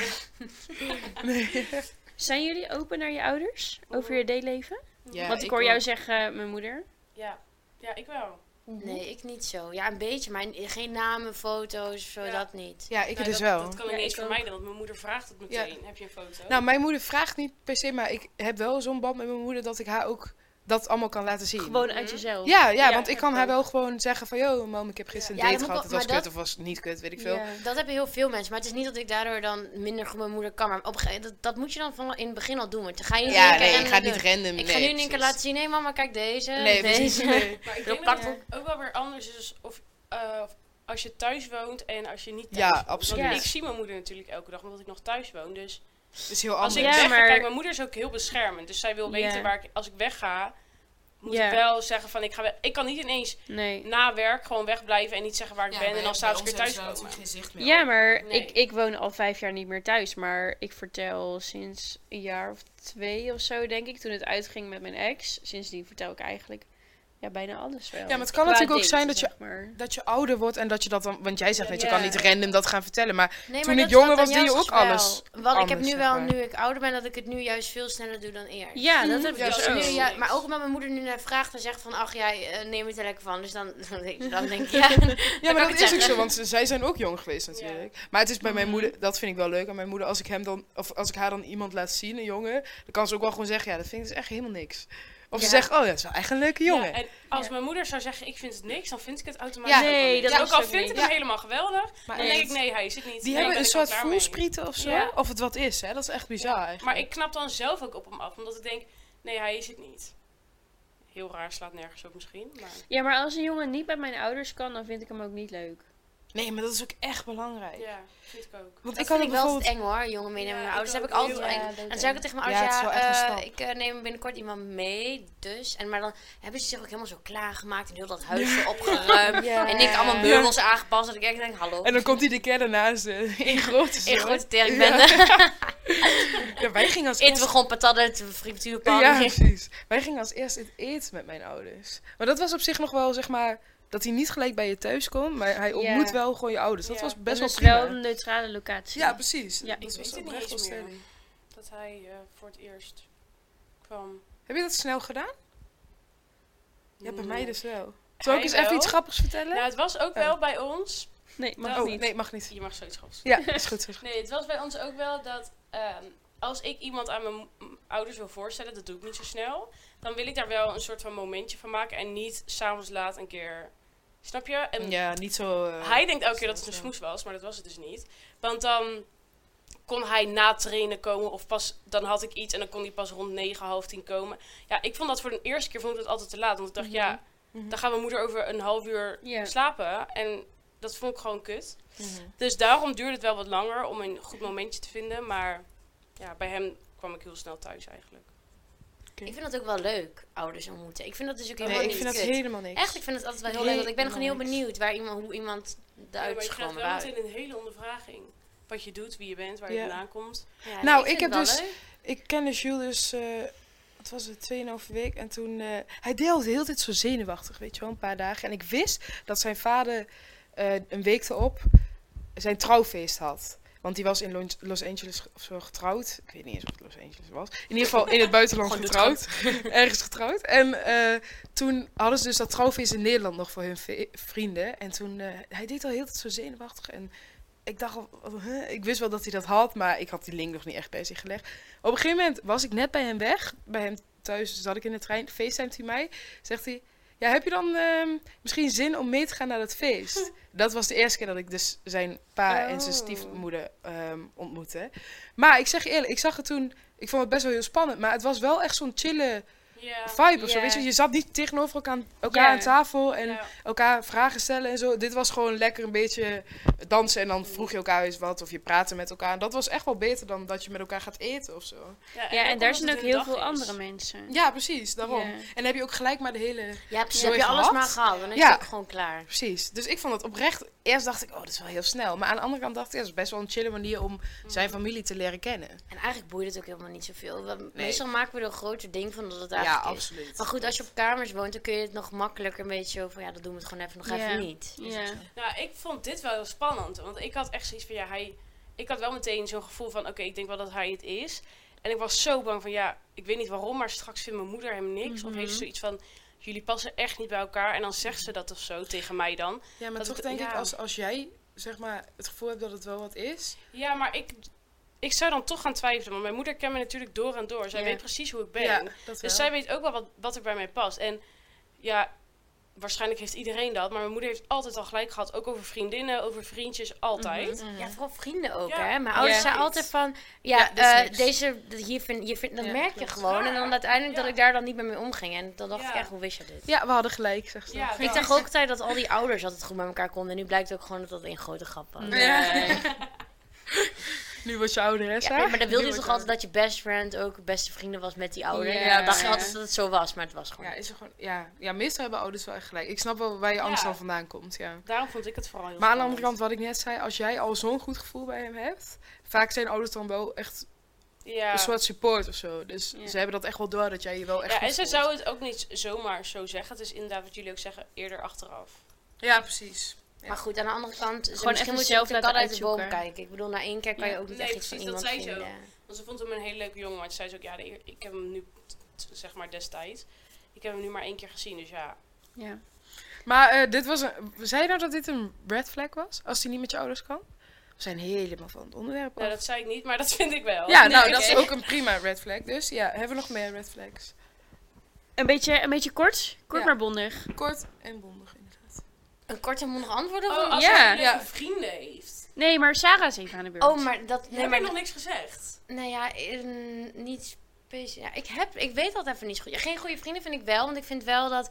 Speaker 3: Zijn jullie open naar je ouders over je dayleven?
Speaker 2: Ja,
Speaker 3: Want ik hoor jou zeggen, mijn moeder.
Speaker 5: Ja. ja, ik wel.
Speaker 2: Mhm.
Speaker 4: Nee, ik niet zo. Ja, een beetje, maar geen namen, foto's of zo,
Speaker 5: Ja.
Speaker 4: dat niet.
Speaker 2: Ja, ik
Speaker 5: Nou,
Speaker 2: dus
Speaker 5: dat,
Speaker 2: wel.
Speaker 5: Dat kan ik
Speaker 3: Ja,
Speaker 5: niet eens
Speaker 3: ik ook.
Speaker 5: vermijden, want mijn moeder vraagt het
Speaker 2: Ja.
Speaker 5: meteen. Heb je een foto?
Speaker 2: Nou, mijn moeder vraagt niet per se, maar ik heb wel zo'n band met mijn moeder dat ik haar ook dat allemaal kan laten zien.
Speaker 3: Gewoon uit
Speaker 5: Mhm.
Speaker 3: jezelf.
Speaker 2: Ja, ja,
Speaker 5: Ja,
Speaker 2: want ik
Speaker 3: ik
Speaker 2: kan haar
Speaker 3: ook.
Speaker 2: wel gewoon zeggen van, yo, mam, ik heb gisteren
Speaker 4: Ja,
Speaker 2: een
Speaker 4: dat
Speaker 2: date
Speaker 4: moet
Speaker 2: gehad,
Speaker 4: ik
Speaker 2: het
Speaker 4: wel-
Speaker 2: was
Speaker 4: maar
Speaker 2: kut of was niet kut, weet ik veel.
Speaker 3: Ja.
Speaker 4: Dat hebben heel veel mensen, maar het is niet dat ik daardoor dan minder goed mijn moeder kan. Maar op een gegeven moment, dat, dat moet je dan van in het begin al doen. Want dan ga je niet in
Speaker 2: Ja,
Speaker 4: één keer
Speaker 2: nee, ik
Speaker 4: random
Speaker 2: ga niet
Speaker 4: doen.
Speaker 2: random.
Speaker 4: Ik ga nu in één keer
Speaker 2: precies.
Speaker 4: laten zien, hé mama, kijk deze.
Speaker 2: Nee, precies.
Speaker 4: deze.
Speaker 2: nee.
Speaker 5: maar
Speaker 4: dat
Speaker 5: ik denk dat
Speaker 4: plakt
Speaker 5: het ook wel weer anders is of, eh, als je thuis woont en als je niet thuis
Speaker 2: Ja,
Speaker 5: woont. Want
Speaker 2: absoluut.
Speaker 5: ik zie mijn moeder natuurlijk elke dag, omdat ik nog thuis woon. Dus
Speaker 2: Dat is heel
Speaker 5: als ik
Speaker 2: anders.
Speaker 3: Ja,
Speaker 5: wegga,
Speaker 3: maar-
Speaker 5: kijk, mijn moeder is ook heel beschermend. Dus zij wil
Speaker 3: Ja.
Speaker 5: weten waar ik, als ik wegga, moet
Speaker 3: Ja.
Speaker 5: ik wel zeggen van, ik ga weg. Ik kan niet ineens
Speaker 3: Nee.
Speaker 5: na werk gewoon wegblijven en niet zeggen waar ik ben. En dan s'avonds weer thuis
Speaker 6: komen.
Speaker 5: komen.
Speaker 6: geen zicht meer.
Speaker 3: Ja, maar
Speaker 5: Nee.
Speaker 3: ik, ik woon al vijf jaar niet meer thuis. Maar ik vertel sinds een jaar of twee of zo, denk ik, toen het uitging met mijn ex. Sindsdien vertel ik eigenlijk ja, bijna alles wel.
Speaker 2: Ja, maar het kan
Speaker 3: Qua
Speaker 2: natuurlijk ook
Speaker 3: daten,
Speaker 2: zijn dat je-
Speaker 3: zeg maar.
Speaker 2: Dat je ouder wordt en dat je dat dan... Want jij zegt net, je
Speaker 3: Ja.
Speaker 2: kan niet random dat gaan vertellen, maar...
Speaker 4: Nee,
Speaker 2: Toen
Speaker 4: dat
Speaker 2: ik
Speaker 4: is wat
Speaker 2: jonger was,
Speaker 4: Danielle
Speaker 2: deed je ook
Speaker 4: zegt wel.
Speaker 2: alles
Speaker 4: Want ik heb
Speaker 2: anders,
Speaker 4: nu
Speaker 2: zeg
Speaker 4: wel,
Speaker 2: maar.
Speaker 4: nu ik ouder ben, dat ik het nu juist veel sneller doe dan eerst.
Speaker 3: Ja,
Speaker 2: Mhm.
Speaker 3: dat heb ik
Speaker 5: Ja,
Speaker 3: dus
Speaker 5: zo.
Speaker 3: ook.
Speaker 4: Nu, ja,
Speaker 5: Niks.
Speaker 4: maar ook omdat mijn moeder nu naar vraagt en zegt van, ach jij eh, neem het er lekker van. Dus dan, dan denk ik,
Speaker 2: Ja,
Speaker 4: ja.
Speaker 2: maar
Speaker 4: kan
Speaker 2: dat is
Speaker 4: ik
Speaker 2: ook
Speaker 4: zeggen.
Speaker 2: zo, want ze- zij zijn ook jong geweest natuurlijk. Maar het is bij mijn moeder, dat vind ik wel leuk, aan mijn moeder, als ik hem dan... Of als ik haar dan iemand laat zien, een jongen, dan kan ze ook wel gewoon zeggen, ja, dat vind ik dus echt helemaal niks. Of
Speaker 3: Ja.
Speaker 2: ze zegt, oh, dat is wel echt een leuke jongen.
Speaker 5: Ja, en als
Speaker 3: Ja.
Speaker 5: mijn moeder zou zeggen, ik vind het niks, dan vind ik het automatisch
Speaker 2: Ja.
Speaker 5: ook wel
Speaker 3: Nee,
Speaker 5: niks.
Speaker 3: dat
Speaker 5: En
Speaker 3: is
Speaker 5: Ook al
Speaker 3: ook
Speaker 5: vind ik
Speaker 3: niet.
Speaker 5: hem
Speaker 2: Ja.
Speaker 5: helemaal geweldig,
Speaker 2: Maar
Speaker 5: dan
Speaker 3: Nee.
Speaker 5: denk ik, nee, hij is het niet.
Speaker 2: Die
Speaker 5: Nee,
Speaker 2: hebben
Speaker 5: ben
Speaker 2: een
Speaker 5: ik al
Speaker 2: soort
Speaker 5: klaar mee.
Speaker 2: voelsprieten of zo.
Speaker 5: Ja.
Speaker 2: Of het wat is, hè? Dat is echt bizar. eigenlijk.
Speaker 5: Maar ik knap dan zelf ook op hem af, omdat ik denk, nee, hij is het niet. Heel raar, slaat nergens op misschien. Maar...
Speaker 3: Ja, maar als een jongen niet bij mijn ouders kan, dan vind ik hem ook niet leuk.
Speaker 2: Nee, maar dat is ook echt belangrijk.
Speaker 5: Ja, vind ik ook.
Speaker 2: Want
Speaker 4: Dat
Speaker 2: ik kan het
Speaker 4: vind ik wel altijd
Speaker 2: bijvoorbeeld.
Speaker 4: eng hoor, jongen meenemen
Speaker 5: Ja,
Speaker 4: naar mijn ouders.
Speaker 5: ik
Speaker 4: heb ik
Speaker 5: ook.
Speaker 4: altijd wel
Speaker 5: Ja,
Speaker 4: eng. En dan zeg ik tegen mijn
Speaker 2: Ja,
Speaker 4: ouders,
Speaker 2: het
Speaker 4: ja,
Speaker 2: is wel echt een
Speaker 4: eh,
Speaker 2: stap.
Speaker 4: ik eh, neem binnenkort iemand mee, dus. En, maar dan hebben ze zich ook helemaal zo klaargemaakt en heel dat huis weer opgeruimd.
Speaker 3: Ja.
Speaker 4: En ik allemaal meubels aangepast, dat ik echt denk, hallo.
Speaker 2: En dan komt hij de kennen naast eh, in grote
Speaker 4: Ik
Speaker 2: zin.
Speaker 4: grote tering ben. eh,
Speaker 2: Ja, wij gingen als
Speaker 4: Eten we
Speaker 2: eerste.
Speaker 4: gewoon patat, frituurpan.
Speaker 2: Ja, precies. Wij gingen als eerst het eten met mijn ouders. Maar dat was op zich nog wel, zeg maar, dat hij niet gelijk bij je thuis komt, maar hij ontmoet
Speaker 3: Ja.
Speaker 2: wel gewoon je ouders. Dat
Speaker 5: Ja.
Speaker 2: was best
Speaker 3: dat
Speaker 2: wel
Speaker 3: is
Speaker 2: prima.
Speaker 3: wel een neutrale locatie.
Speaker 2: Ja, precies.
Speaker 3: Ja, ik
Speaker 2: dat
Speaker 5: weet
Speaker 2: was
Speaker 5: het
Speaker 2: oprecht
Speaker 5: niet eens
Speaker 2: wel
Speaker 5: meer.
Speaker 2: stelling.
Speaker 5: Dat hij eh, voor het eerst kwam.
Speaker 2: Heb je dat snel gedaan? Ja, bij mij
Speaker 5: Nee.
Speaker 2: dus wel. Zal ik
Speaker 5: Hij
Speaker 2: eens even
Speaker 5: wel?
Speaker 2: iets grappigs vertellen?
Speaker 5: Nou, het was ook
Speaker 2: Ja.
Speaker 5: wel bij ons.
Speaker 3: Nee, mag
Speaker 5: Oh,
Speaker 3: niet.
Speaker 2: nee, mag niet.
Speaker 5: Je mag zoiets grappigs
Speaker 2: Ja, is goed. is goed.
Speaker 5: Nee, het was bij ons ook wel dat ehm, als ik iemand aan mijn m- ouders wil voorstellen, dat doe ik niet zo snel, dan wil ik daar wel een soort van momentje van maken en niet s'avonds laat een keer. Snap je? En
Speaker 2: Ja, niet zo. eh,
Speaker 5: hij denkt elke keer dat het een
Speaker 2: zo.
Speaker 5: smoes was, maar dat was het dus niet. Want dan kon hij na trainen komen of pas, dan had ik iets en dan kon hij pas rond 9, half 10 komen. Ja, ik vond dat voor de eerste keer vond ik dat altijd te laat, want ik dacht, ja, dan gaat mijn moeder over een half uur
Speaker 3: Mhm. Ja.
Speaker 5: slapen en dat vond ik gewoon kut.
Speaker 2: Mhm.
Speaker 5: Dus daarom duurde het wel wat langer om een goed momentje te vinden. Maar ja, bij hem kwam ik heel snel thuis eigenlijk.
Speaker 4: Ik vind dat ook wel leuk, ouders ontmoeten. Ik vind dat dus ook helemaal
Speaker 2: Nee, ik
Speaker 4: niet
Speaker 2: vind dat
Speaker 4: kut.
Speaker 2: helemaal niks.
Speaker 4: Echt, ik vind het altijd wel heel leuk. Want ik ben gewoon heel
Speaker 3: Helemaal niks.
Speaker 4: benieuwd waar iemand, hoe iemand
Speaker 5: Ja, maar
Speaker 4: eruit
Speaker 5: je krijgt
Speaker 4: schoon
Speaker 5: wel
Speaker 4: eruit.
Speaker 5: meteen een hele ondervraging. Wat je doet, wie je bent, waar je
Speaker 2: Ja.
Speaker 5: vandaan komt.
Speaker 4: Ja,
Speaker 2: Nou,
Speaker 4: vind
Speaker 2: ik heb
Speaker 4: het wel
Speaker 2: dus-
Speaker 4: leuk.
Speaker 2: Ik kende Jules dus eh, wat was het, 2,5 week. En toen, eh, hij deelde de hele tijd zo zenuwachtig, weet je wel, een paar dagen. En ik wist dat zijn vader eh, een week erop zijn trouwfeest had. Want die was in Lon- Los Angeles ge- of zo getrouwd. Ik weet niet eens of het Los Angeles was. In ieder geval in het buitenland
Speaker 5: Gewoon
Speaker 2: getrouwd. Ergens getrouwd. En eh, toen hadden ze dus dat trouwfeest in Nederland nog voor hun ve- vrienden. En toen, eh, hij deed al heel tijd zo zenuwachtig. En ik dacht al, huh? ik wist wel dat hij dat had, maar ik had die link nog niet echt bij zich gelegd. Op een gegeven moment was ik net bij hem weg, bij hem thuis zat ik in de trein, facetimed hij mij, zegt hij, ja heb je dan ehm, misschien zin om mee te gaan naar dat feest? dat was de eerste keer dat ik dus zijn pa en zijn
Speaker 3: Oh.
Speaker 2: stiefmoeder ehm, ontmoette. Maar ik zeg je eerlijk, ik zag het toen, ik vond het best wel heel spannend, maar het was wel echt zo'n chille
Speaker 5: Ja.
Speaker 2: vibe of zo,
Speaker 3: Ja.
Speaker 2: weet je, je zat niet tegenover elkaar, aan- elkaar
Speaker 3: Ja.
Speaker 2: aan tafel en
Speaker 5: Ja.
Speaker 2: elkaar vragen stellen en zo. Dit was gewoon lekker een beetje dansen en dan vroeg je elkaar eens wat of je praatte met elkaar. En dat was echt wel beter dan dat je met elkaar gaat eten of zo.
Speaker 5: ook
Speaker 3: Ja, en
Speaker 5: omdat
Speaker 3: daar
Speaker 5: het dus
Speaker 3: zijn ook
Speaker 5: een
Speaker 3: heel
Speaker 5: dag
Speaker 3: veel
Speaker 5: is.
Speaker 3: andere mensen.
Speaker 2: Ja, precies, daarom.
Speaker 3: Ja.
Speaker 2: En dan heb je ook gelijk maar de hele...
Speaker 4: Ja, precies.
Speaker 2: Zo
Speaker 4: Heb je
Speaker 2: even
Speaker 4: alles
Speaker 2: wat?
Speaker 4: maar gehaald. Dan is
Speaker 2: Ja.
Speaker 4: het ook gewoon klaar.
Speaker 2: Precies. Dus ik vond het oprecht... Eerst dacht ik, oh, dat is wel heel snel. Maar aan de andere kant dacht ik, ja, dat is best wel een chille manier om zijn familie te leren kennen.
Speaker 4: En eigenlijk boeit het ook helemaal niet zoveel. We- Meestal maken we er een groter ding van dat het
Speaker 2: ja,
Speaker 4: eigenlijk is.
Speaker 2: absoluut.
Speaker 4: Maar goed, als je op kamers woont, dan kun je het nog makkelijker een beetje zo van... Ja, dan doen we het gewoon even nog
Speaker 3: Ja.
Speaker 4: even niet.
Speaker 3: Ja.
Speaker 5: Nou, ik vond dit wel heel spannend. Want ik had echt zoiets van, ja, hij... Ik had wel meteen zo'n gevoel van, oké, ik denk wel dat hij het is. En ik was zo bang van, ja, ik weet niet waarom, maar straks vindt mijn moeder hem niks. Of
Speaker 2: Mhm.
Speaker 5: heeft ze zoiets van, jullie passen echt niet bij elkaar. En dan zegt ze dat of zo tegen mij dan.
Speaker 2: Ja, maar
Speaker 5: Dat
Speaker 2: toch
Speaker 5: het-
Speaker 2: denk ik,
Speaker 5: ja.
Speaker 2: als, als jij zeg maar, het gevoel hebt dat het wel wat is...
Speaker 5: Ja, maar ik, ik zou dan toch gaan twijfelen. Want mijn moeder kent me natuurlijk door en door. Zij
Speaker 2: Ja.
Speaker 5: weet precies hoe ik ben.
Speaker 2: Ja, dat wel.
Speaker 5: Dus zij weet ook wel wat, wat er bij mij past. En ja, waarschijnlijk heeft iedereen dat. Maar mijn moeder heeft altijd al gelijk gehad. Ook over vriendinnen, over vriendjes, altijd.
Speaker 2: Mhm.
Speaker 4: Ja, vooral vrienden ook,
Speaker 5: Ja.
Speaker 4: hè. Mijn ouders
Speaker 3: Ja.
Speaker 4: zijn altijd van... Ja,
Speaker 2: Ja, dit is
Speaker 4: eh,
Speaker 2: niks.
Speaker 4: deze, dat hier vind, hier vind, dat
Speaker 2: Ja,
Speaker 4: merk
Speaker 2: klopt.
Speaker 4: je gewoon. En dan uiteindelijk
Speaker 5: Ja.
Speaker 4: dat ik daar dan niet meer mee omging. En dan dacht
Speaker 5: Ja.
Speaker 4: ik echt, hoe wist je dit?
Speaker 2: Ja, we hadden gelijk, zegt ze.
Speaker 5: Ja,
Speaker 4: Ik dacht ook altijd dat al die ouders altijd goed bij elkaar konden. En nu blijkt ook gewoon dat dat een grote grap was.
Speaker 2: Nee. nu word je ouder, hè,
Speaker 4: Ja,
Speaker 2: Saar?
Speaker 4: nee, maar dan wilde
Speaker 2: Nu
Speaker 4: je
Speaker 2: word
Speaker 4: toch altijd dat je best friend ook beste vrienden was met die ouder.
Speaker 3: Ja,
Speaker 4: Ja, dan dacht je
Speaker 3: ja.
Speaker 4: altijd dat het zo was, maar het was gewoon.
Speaker 2: Ja,
Speaker 4: niet.
Speaker 2: is er gewoon, ja. ja, meestal hebben ouders wel echt gelijk. Ik snap wel waar je angst
Speaker 5: Ja.
Speaker 2: dan vandaan komt, ja.
Speaker 5: Daarom vond ik het vooral heel
Speaker 2: Maar aan de
Speaker 5: spannend.
Speaker 2: andere kant, wat ik net zei, als jij al zo'n goed gevoel bij hem hebt, vaak zijn ouders dan wel echt
Speaker 5: ja.
Speaker 2: een soort support of zo. Dus
Speaker 3: Ja.
Speaker 2: ze hebben dat echt wel door dat jij je wel echt.
Speaker 5: Ja,
Speaker 2: goed
Speaker 5: en ze
Speaker 2: voelt.
Speaker 5: zou het ook niet zomaar zo zeggen. Het is inderdaad wat jullie ook zeggen, eerder achteraf.
Speaker 2: Ja, precies.
Speaker 4: Maar goed, aan de andere kant, ze-
Speaker 3: Gewoon
Speaker 4: misschien
Speaker 3: even
Speaker 4: moet je
Speaker 3: zelf
Speaker 4: ook de
Speaker 3: laten
Speaker 4: kat uit de boom
Speaker 3: uitzoeken.
Speaker 4: kijken. Ik bedoel, na één keer kan je
Speaker 3: Ja.
Speaker 4: ook niet
Speaker 5: Nee,
Speaker 4: echt iets van
Speaker 5: precies,
Speaker 4: iemand
Speaker 5: dat zei ze
Speaker 4: vinden.
Speaker 5: ook. Want ze vond hem een hele leuke jongen. Maar toen zei ze ook, ja, de eer- ik heb hem nu, t- t- zeg maar destijds. Ik heb hem nu maar één keer gezien, dus ja.
Speaker 3: Ja.
Speaker 2: Maar eh, dit was een. Zei je nou dat dit een red flag was? Als hij niet met je ouders kan? We zijn helemaal van het onderwerp.
Speaker 5: Nou,
Speaker 2: af.
Speaker 5: dat zei ik niet, maar dat vind ik wel.
Speaker 2: Oh. Ja,
Speaker 5: Nee,
Speaker 2: nou, dat
Speaker 5: oké.
Speaker 2: is ook een prima red flag. Dus ja, hebben we nog meer red flags?
Speaker 3: Een beetje, een beetje kort, kort
Speaker 2: Ja.
Speaker 3: maar bondig.
Speaker 2: Kort en bondig, inderdaad.
Speaker 4: Een kort en mondig antwoord of
Speaker 5: Oh, als
Speaker 3: Ja.
Speaker 5: hij
Speaker 2: Ja.
Speaker 5: leuke vrienden heeft.
Speaker 3: Nee, maar Sarah is even aan de beurt.
Speaker 4: Oh, maar dat. Nee,
Speaker 5: heb
Speaker 4: maar,
Speaker 5: ik nog niks gezegd.
Speaker 4: Nou ja, eh, niet speciaal. Ja, ik, heb, ik weet dat even niet goed. Ja, geen goede vrienden vind ik wel, want ik vind wel dat.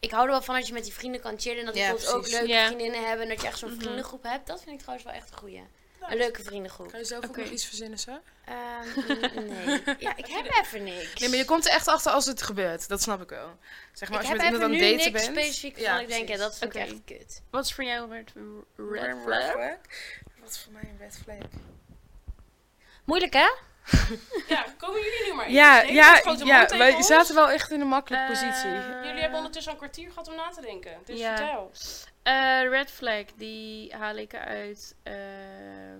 Speaker 4: Ik hou er wel van dat je met die vrienden kan chillen. En dat die
Speaker 2: Ja,
Speaker 4: bijvoorbeeld ook
Speaker 2: precies.
Speaker 4: leuke
Speaker 3: Ja.
Speaker 4: vriendinnen hebben. En dat je echt zo'n vriendengroep hebt. Dat vind ik trouwens wel echt een goeie. Een leuke vriendengroep.
Speaker 2: Kan je zelf
Speaker 3: Oké.
Speaker 2: ook nog iets verzinnen, zo?
Speaker 4: Ehm, nee. Ja, ik heb even niks.
Speaker 2: Nee, maar je komt er echt achter als het gebeurt. Dat snap ik wel. Zeg maar,
Speaker 4: ik
Speaker 2: als je met
Speaker 4: heb
Speaker 2: iemand
Speaker 4: even
Speaker 2: aan
Speaker 4: nu
Speaker 2: het daten
Speaker 4: niks
Speaker 2: bent.
Speaker 4: specifiek
Speaker 2: Ja,
Speaker 4: van. Ik denk, ja, dat vind
Speaker 3: Oké.
Speaker 4: ik echt kut.
Speaker 3: Wat is voor jou werd red
Speaker 2: Red
Speaker 3: flag?
Speaker 2: flag? Wat is voor mij een red flag?
Speaker 4: Moeilijk, hè?
Speaker 5: Ja, komen jullie nu maar in?
Speaker 2: Ja,
Speaker 5: Dus de hele
Speaker 2: ja,
Speaker 5: tijd grote
Speaker 2: ja
Speaker 5: mond tegen
Speaker 2: wij
Speaker 5: ons.
Speaker 2: zaten wel echt in een makkelijke
Speaker 3: Eh,
Speaker 2: positie.
Speaker 5: Jullie hebben ondertussen al een kwartier gehad om na te denken. Dus
Speaker 3: Ja.
Speaker 5: vertel.
Speaker 3: Eh, red flag, die haal ik eruit. ehm,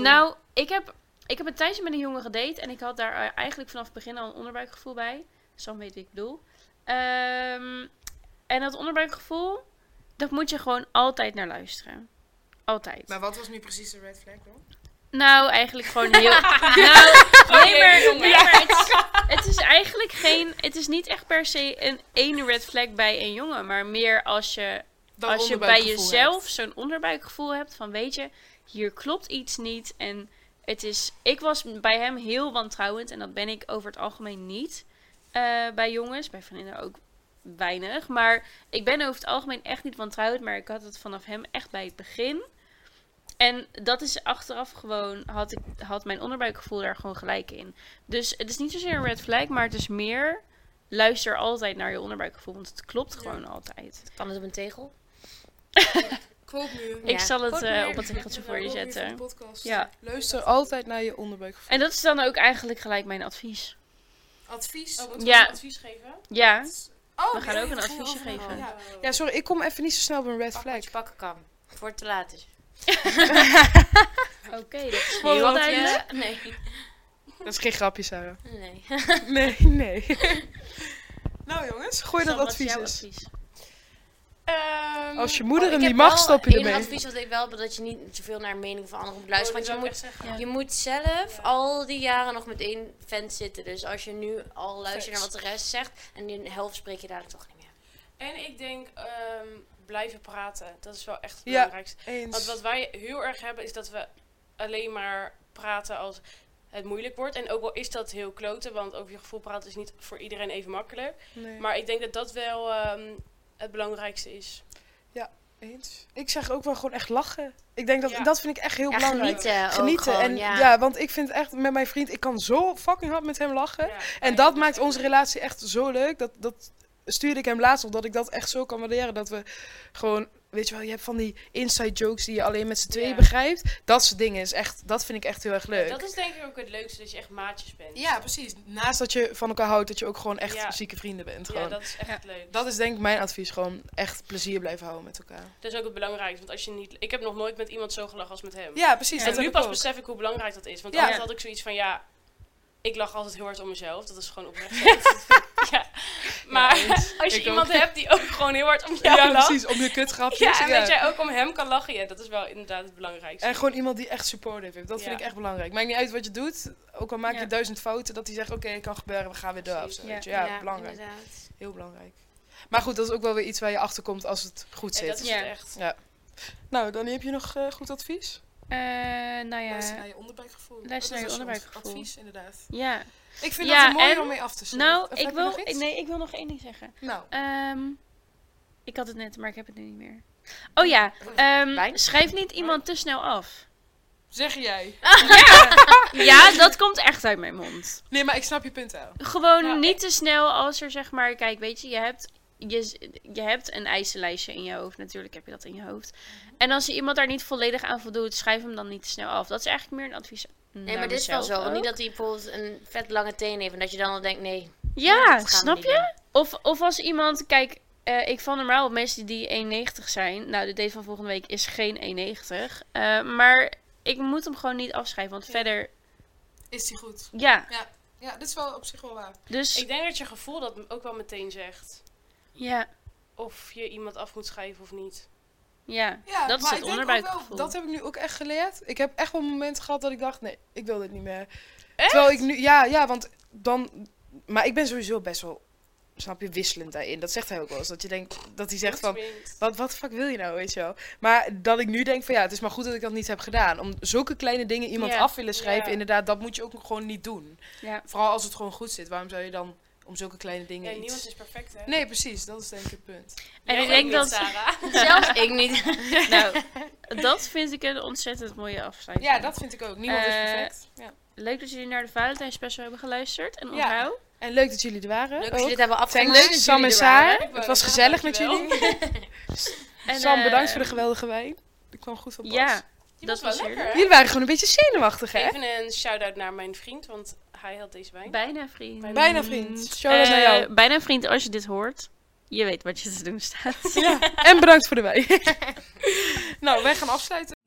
Speaker 3: Nou, ik heb, ik heb een tijdje met een jongen gedate en ik had daar eh, eigenlijk vanaf het begin al een onderbuikgevoel bij. Sam weet wie ik bedoel. Ehm, en dat onderbuikgevoel, dat moet je gewoon altijd naar luisteren. Altijd.
Speaker 2: Maar wat was nu precies de red flag dan?
Speaker 3: Nou, eigenlijk gewoon heel... nou, nee, maar,
Speaker 5: jongen.
Speaker 3: nee, maar het, is, het is eigenlijk geen... Het is niet echt per se een één red flag bij een jongen, maar meer als je als je bij jezelf zo'n onderbuikgevoel hebt van weet je, hier klopt iets niet. En het is, ik was bij hem heel wantrouwend en dat ben ik over het algemeen niet. eh, bij jongens, bij vriendinnen ook weinig. Maar ik ben over het algemeen echt niet wantrouwend, maar ik had het vanaf hem echt bij het begin. En dat is achteraf gewoon, had, ik, had mijn onderbuikgevoel daar gewoon gelijk in. Dus het is niet zozeer een red flag, maar het is meer, luister altijd naar je onderbuikgevoel, want het klopt gewoon altijd.
Speaker 4: Kan het op een tegel?
Speaker 2: Quote
Speaker 3: Ik
Speaker 4: Ja.
Speaker 3: zal het
Speaker 4: Kort
Speaker 3: eh,
Speaker 4: maar.
Speaker 3: op het tegeltje voor je zetten.
Speaker 2: podcast.
Speaker 3: Ja.
Speaker 2: Luister altijd naar je onderbuikgevoel.
Speaker 3: En dat is dan ook eigenlijk gelijk mijn advies.
Speaker 6: Advies.
Speaker 5: Oh, moeten we
Speaker 3: Ja.
Speaker 5: een advies
Speaker 2: Nou,
Speaker 5: geven?
Speaker 3: Ja,
Speaker 6: Oh,
Speaker 3: we gaan
Speaker 6: nee,
Speaker 3: ook een
Speaker 6: ik voel
Speaker 3: adviesje
Speaker 6: overal.
Speaker 3: geven.
Speaker 6: Ja.
Speaker 2: Ja, sorry, ik kom even niet zo snel op een red
Speaker 4: Pak
Speaker 2: flag.
Speaker 4: wat je pakken kan. Voor het te laat is.
Speaker 3: oké. dat is
Speaker 4: Voorbeeldje?
Speaker 3: heel duidelijk.
Speaker 4: Nee.
Speaker 2: Dat is geen grapje, Sarah.
Speaker 4: Nee.
Speaker 2: Nee, nee.
Speaker 6: Nou jongens.
Speaker 2: Gooi dat
Speaker 3: Sam, wat is
Speaker 2: advies
Speaker 3: jouw
Speaker 2: eens.
Speaker 3: advies?
Speaker 5: Ehm,
Speaker 2: Als je
Speaker 4: Oh,
Speaker 2: moeder
Speaker 4: ik
Speaker 2: hem
Speaker 4: heb
Speaker 2: niet mag,
Speaker 4: wel
Speaker 2: stop je
Speaker 4: één
Speaker 2: ermee.
Speaker 4: advies dat ik wel heb, dat je niet zoveel naar de mening van anderen moet
Speaker 5: oh, dat
Speaker 4: luisteren.
Speaker 5: zou
Speaker 4: want
Speaker 5: ik
Speaker 4: je
Speaker 5: echt
Speaker 4: moet,
Speaker 5: zeggen.
Speaker 3: Ja.
Speaker 4: je moet zelf
Speaker 5: Ja.
Speaker 4: al die jaren nog met één vent zitten. Dus als je nu al luistert
Speaker 6: Facts.
Speaker 4: naar wat de rest zegt en de helft spreek je dadelijk toch niet meer.
Speaker 5: En ik denk, ehm, blijven praten. Dat is wel echt het
Speaker 2: Ja. Dus-
Speaker 5: belangrijkste. Want
Speaker 2: Eens.
Speaker 5: wat wij heel erg hebben, is dat we alleen maar praten als het moeilijk wordt. En ook al is dat heel kloten, want over je gevoel praten is niet voor iedereen even makkelijk.
Speaker 2: Nee.
Speaker 5: Maar ik denk dat dat wel ehm, het belangrijkste is.
Speaker 2: Eens. Ik zeg ook wel gewoon echt lachen. Ik denk dat,
Speaker 5: Ja.
Speaker 2: dat vind ik echt heel
Speaker 4: Ja,
Speaker 2: belangrijk.
Speaker 4: genieten. ook
Speaker 5: Oh,
Speaker 2: Genieten.
Speaker 4: gewoon,
Speaker 2: en, ja. want ik vind echt met mijn vriend, ik kan zo fucking hard met hem lachen.
Speaker 5: Ja,
Speaker 2: En dat maakt onze relatie echt zo leuk. Dat, dat stuurde ik hem laatst op, dat ik dat echt zo kan waarderen. Dat we gewoon, weet je wel, je hebt van die inside jokes die je alleen met z'n tweeën
Speaker 5: Ja.
Speaker 2: begrijpt. Dat soort dingen is echt, dat vind ik echt heel erg leuk.
Speaker 5: Dat is denk ik ook het leukste, dat je echt maatjes bent.
Speaker 6: Ja, precies. Naast
Speaker 2: Naast dat je van elkaar houdt, dat je ook gewoon echt
Speaker 5: Ja.
Speaker 2: zieke vrienden bent.
Speaker 5: Ja,
Speaker 2: Gewoon.
Speaker 5: dat is echt
Speaker 3: Ja.
Speaker 5: leuk.
Speaker 2: dat is denk ik mijn advies, gewoon echt plezier blijven houden met elkaar.
Speaker 5: Dat is ook het belangrijkste. Want als je niet... Ik heb nog nooit met iemand zo gelachen als met hem.
Speaker 2: Ja, precies.
Speaker 5: en
Speaker 2: dat
Speaker 5: nu
Speaker 2: heb
Speaker 5: pas
Speaker 2: ik ook.
Speaker 5: besef ik hoe belangrijk dat is. Want
Speaker 2: Ja.
Speaker 5: anders had ik zoiets van, ja, ik lach altijd heel hard om mezelf. Dat is gewoon oprecht. ja. Maar als je
Speaker 2: Ik
Speaker 5: iemand
Speaker 2: ook.
Speaker 5: hebt die ook gewoon heel hard om jou
Speaker 2: Ja,
Speaker 5: lacht.
Speaker 2: precies, om je kutgrapjes.
Speaker 5: Ja, en
Speaker 2: ja.
Speaker 5: dat jij ook om hem kan lachen. Ja, dat is wel inderdaad het belangrijkste.
Speaker 2: En gewoon iemand die echt supportive heeft. Dat
Speaker 5: Ja.
Speaker 2: vind ik echt belangrijk. Maakt niet uit wat je doet. Ook al maak je
Speaker 3: Ja.
Speaker 2: duizend fouten. Dat hij zegt, oké, het kan gebeuren. We gaan weer door. of zo,
Speaker 5: Precies.
Speaker 2: weet je. Ja, belangrijk.
Speaker 4: inderdaad.
Speaker 2: Heel belangrijk. Maar goed, dat is ook wel weer iets waar je achter komt als het goed
Speaker 5: En
Speaker 2: zit.
Speaker 5: dat is
Speaker 3: Ja.
Speaker 5: het echt.
Speaker 2: Nou, dan heb je nog eh, goed advies?
Speaker 3: Eh, nou
Speaker 6: luister
Speaker 3: ja,
Speaker 6: naar je onderbuikgevoel.
Speaker 3: Luister naar
Speaker 6: Dat
Speaker 3: je
Speaker 6: is ons
Speaker 3: onderbuikgevoel.
Speaker 6: Advies, inderdaad.
Speaker 3: ja.
Speaker 6: Ik vind
Speaker 3: Ja,
Speaker 6: dat mooi
Speaker 3: en-
Speaker 6: om mee af te sluiten.
Speaker 3: Nou,
Speaker 6: Of
Speaker 3: ik
Speaker 6: heb je
Speaker 3: wil,
Speaker 6: nog
Speaker 3: ik,
Speaker 6: iets?
Speaker 3: nee, ik wil nog één ding zeggen.
Speaker 6: Nou,
Speaker 3: Ehm, ik had het net, maar ik heb het nu niet meer. Oh ja, ehm,
Speaker 4: Wijn?
Speaker 3: schrijf niet iemand te snel af.
Speaker 6: zeg jij.
Speaker 3: Ja, dat komt echt uit mijn mond.
Speaker 6: Nee, maar ik snap je punt wel.
Speaker 3: Gewoon
Speaker 5: Nou,
Speaker 3: niet te snel als er zeg maar, kijk, weet je, je hebt, je, je hebt een eisenlijstje in je hoofd. Natuurlijk heb je dat in je hoofd.
Speaker 4: Mhm.
Speaker 3: En als je iemand daar niet volledig aan voldoet, schrijf hem dan niet te snel af. Dat is eigenlijk meer een advies.
Speaker 4: Nee, maar dit is wel zo. want Niet dat hij bijvoorbeeld een vet lange teen heeft en dat je dan al denkt, nee.
Speaker 3: Ja,
Speaker 4: dat gaan we
Speaker 3: snap
Speaker 4: niet
Speaker 3: je? Of, of als iemand, kijk, eh, ik val normaal op mensen die 1,90 zijn. Nou, de date van volgende week is geen 1,90. Eh, maar ik moet hem gewoon niet afschrijven, want verder,
Speaker 6: Is die goed?
Speaker 3: ja.
Speaker 6: Ja, dit is wel op zich wel waar.
Speaker 3: Dus,
Speaker 5: Ik denk dat je gevoel dat ook wel meteen zegt.
Speaker 3: ja,
Speaker 5: Of je iemand af moet schrijven of niet.
Speaker 3: ja,
Speaker 6: Ja,
Speaker 3: dat is
Speaker 6: maar ik
Speaker 3: het
Speaker 6: denk ook wel,
Speaker 3: onderbuikgevoel.
Speaker 2: Dat heb ik nu ook echt geleerd. Ik heb echt wel momenten gehad dat ik dacht, nee, ik wil dit niet meer. Terwijl ik nu, ja, ja, want dan... Maar ik ben sowieso best wel, snap je, wisselend daarin. Dat zegt hij ook wel eens. Dat je denkt, dat hij zegt van,
Speaker 5: Minst.
Speaker 2: Wat, wat de fuck wil je nou, weet je wel? Maar dat ik nu denk van ja, het is maar goed dat ik dat niet heb gedaan. Om zulke kleine dingen iemand
Speaker 3: Ja.
Speaker 2: af willen schrijven,
Speaker 5: Ja.
Speaker 2: inderdaad, dat moet je ook gewoon niet doen.
Speaker 3: Ja.
Speaker 2: Vooral als het gewoon goed zit. Waarom zou je dan om zulke kleine dingen
Speaker 5: Ja,
Speaker 2: iets...
Speaker 5: niemand is perfect, hè?
Speaker 2: Nee, precies. Dat is denk ik het punt.
Speaker 3: En
Speaker 5: Jij
Speaker 3: ik
Speaker 5: ook
Speaker 3: denk
Speaker 5: niet,
Speaker 3: dat,
Speaker 5: Sarah.
Speaker 4: Zelfs ik niet.
Speaker 3: nou, dat vind ik een ontzettend mooie afsluiting.
Speaker 2: Ja, dat vind ik ook. Niemand is
Speaker 3: Eh,
Speaker 2: perfect. Ja.
Speaker 3: Leuk dat jullie naar de Valentijnspecial hebben geluisterd. En
Speaker 2: Ja.
Speaker 3: onthoud,
Speaker 2: En leuk dat jullie er waren.
Speaker 4: Leuk
Speaker 2: ook.
Speaker 4: dat jullie dit hebben
Speaker 2: Thanks,
Speaker 4: afgemaakt.
Speaker 2: Sam en
Speaker 3: jullie er waren.
Speaker 2: Saar.
Speaker 5: Ik wou
Speaker 2: Het was
Speaker 5: net
Speaker 2: gezellig
Speaker 5: zeggen,
Speaker 2: met
Speaker 5: dankjewel.
Speaker 2: jullie.
Speaker 3: En,
Speaker 2: Sam, bedankt
Speaker 3: eh,
Speaker 2: voor de geweldige wijn. Ik kwam goed van pas.
Speaker 3: Ja,
Speaker 5: Die
Speaker 3: Dat was
Speaker 5: wel
Speaker 3: eerder.
Speaker 5: lekker, hè?
Speaker 2: Jullie waren gewoon een beetje zenuwachtig, hè?
Speaker 5: Even een shout-out naar mijn vriend, want hij had deze wijn.
Speaker 3: bijna vriend.
Speaker 2: Bijna vriend. Shout-out naar
Speaker 3: Eh,
Speaker 2: jou.
Speaker 3: Bijna vriend, als je dit hoort, je weet wat je te doen staat.
Speaker 2: Ja. En bedankt voor de wijn. nou, wij gaan afsluiten.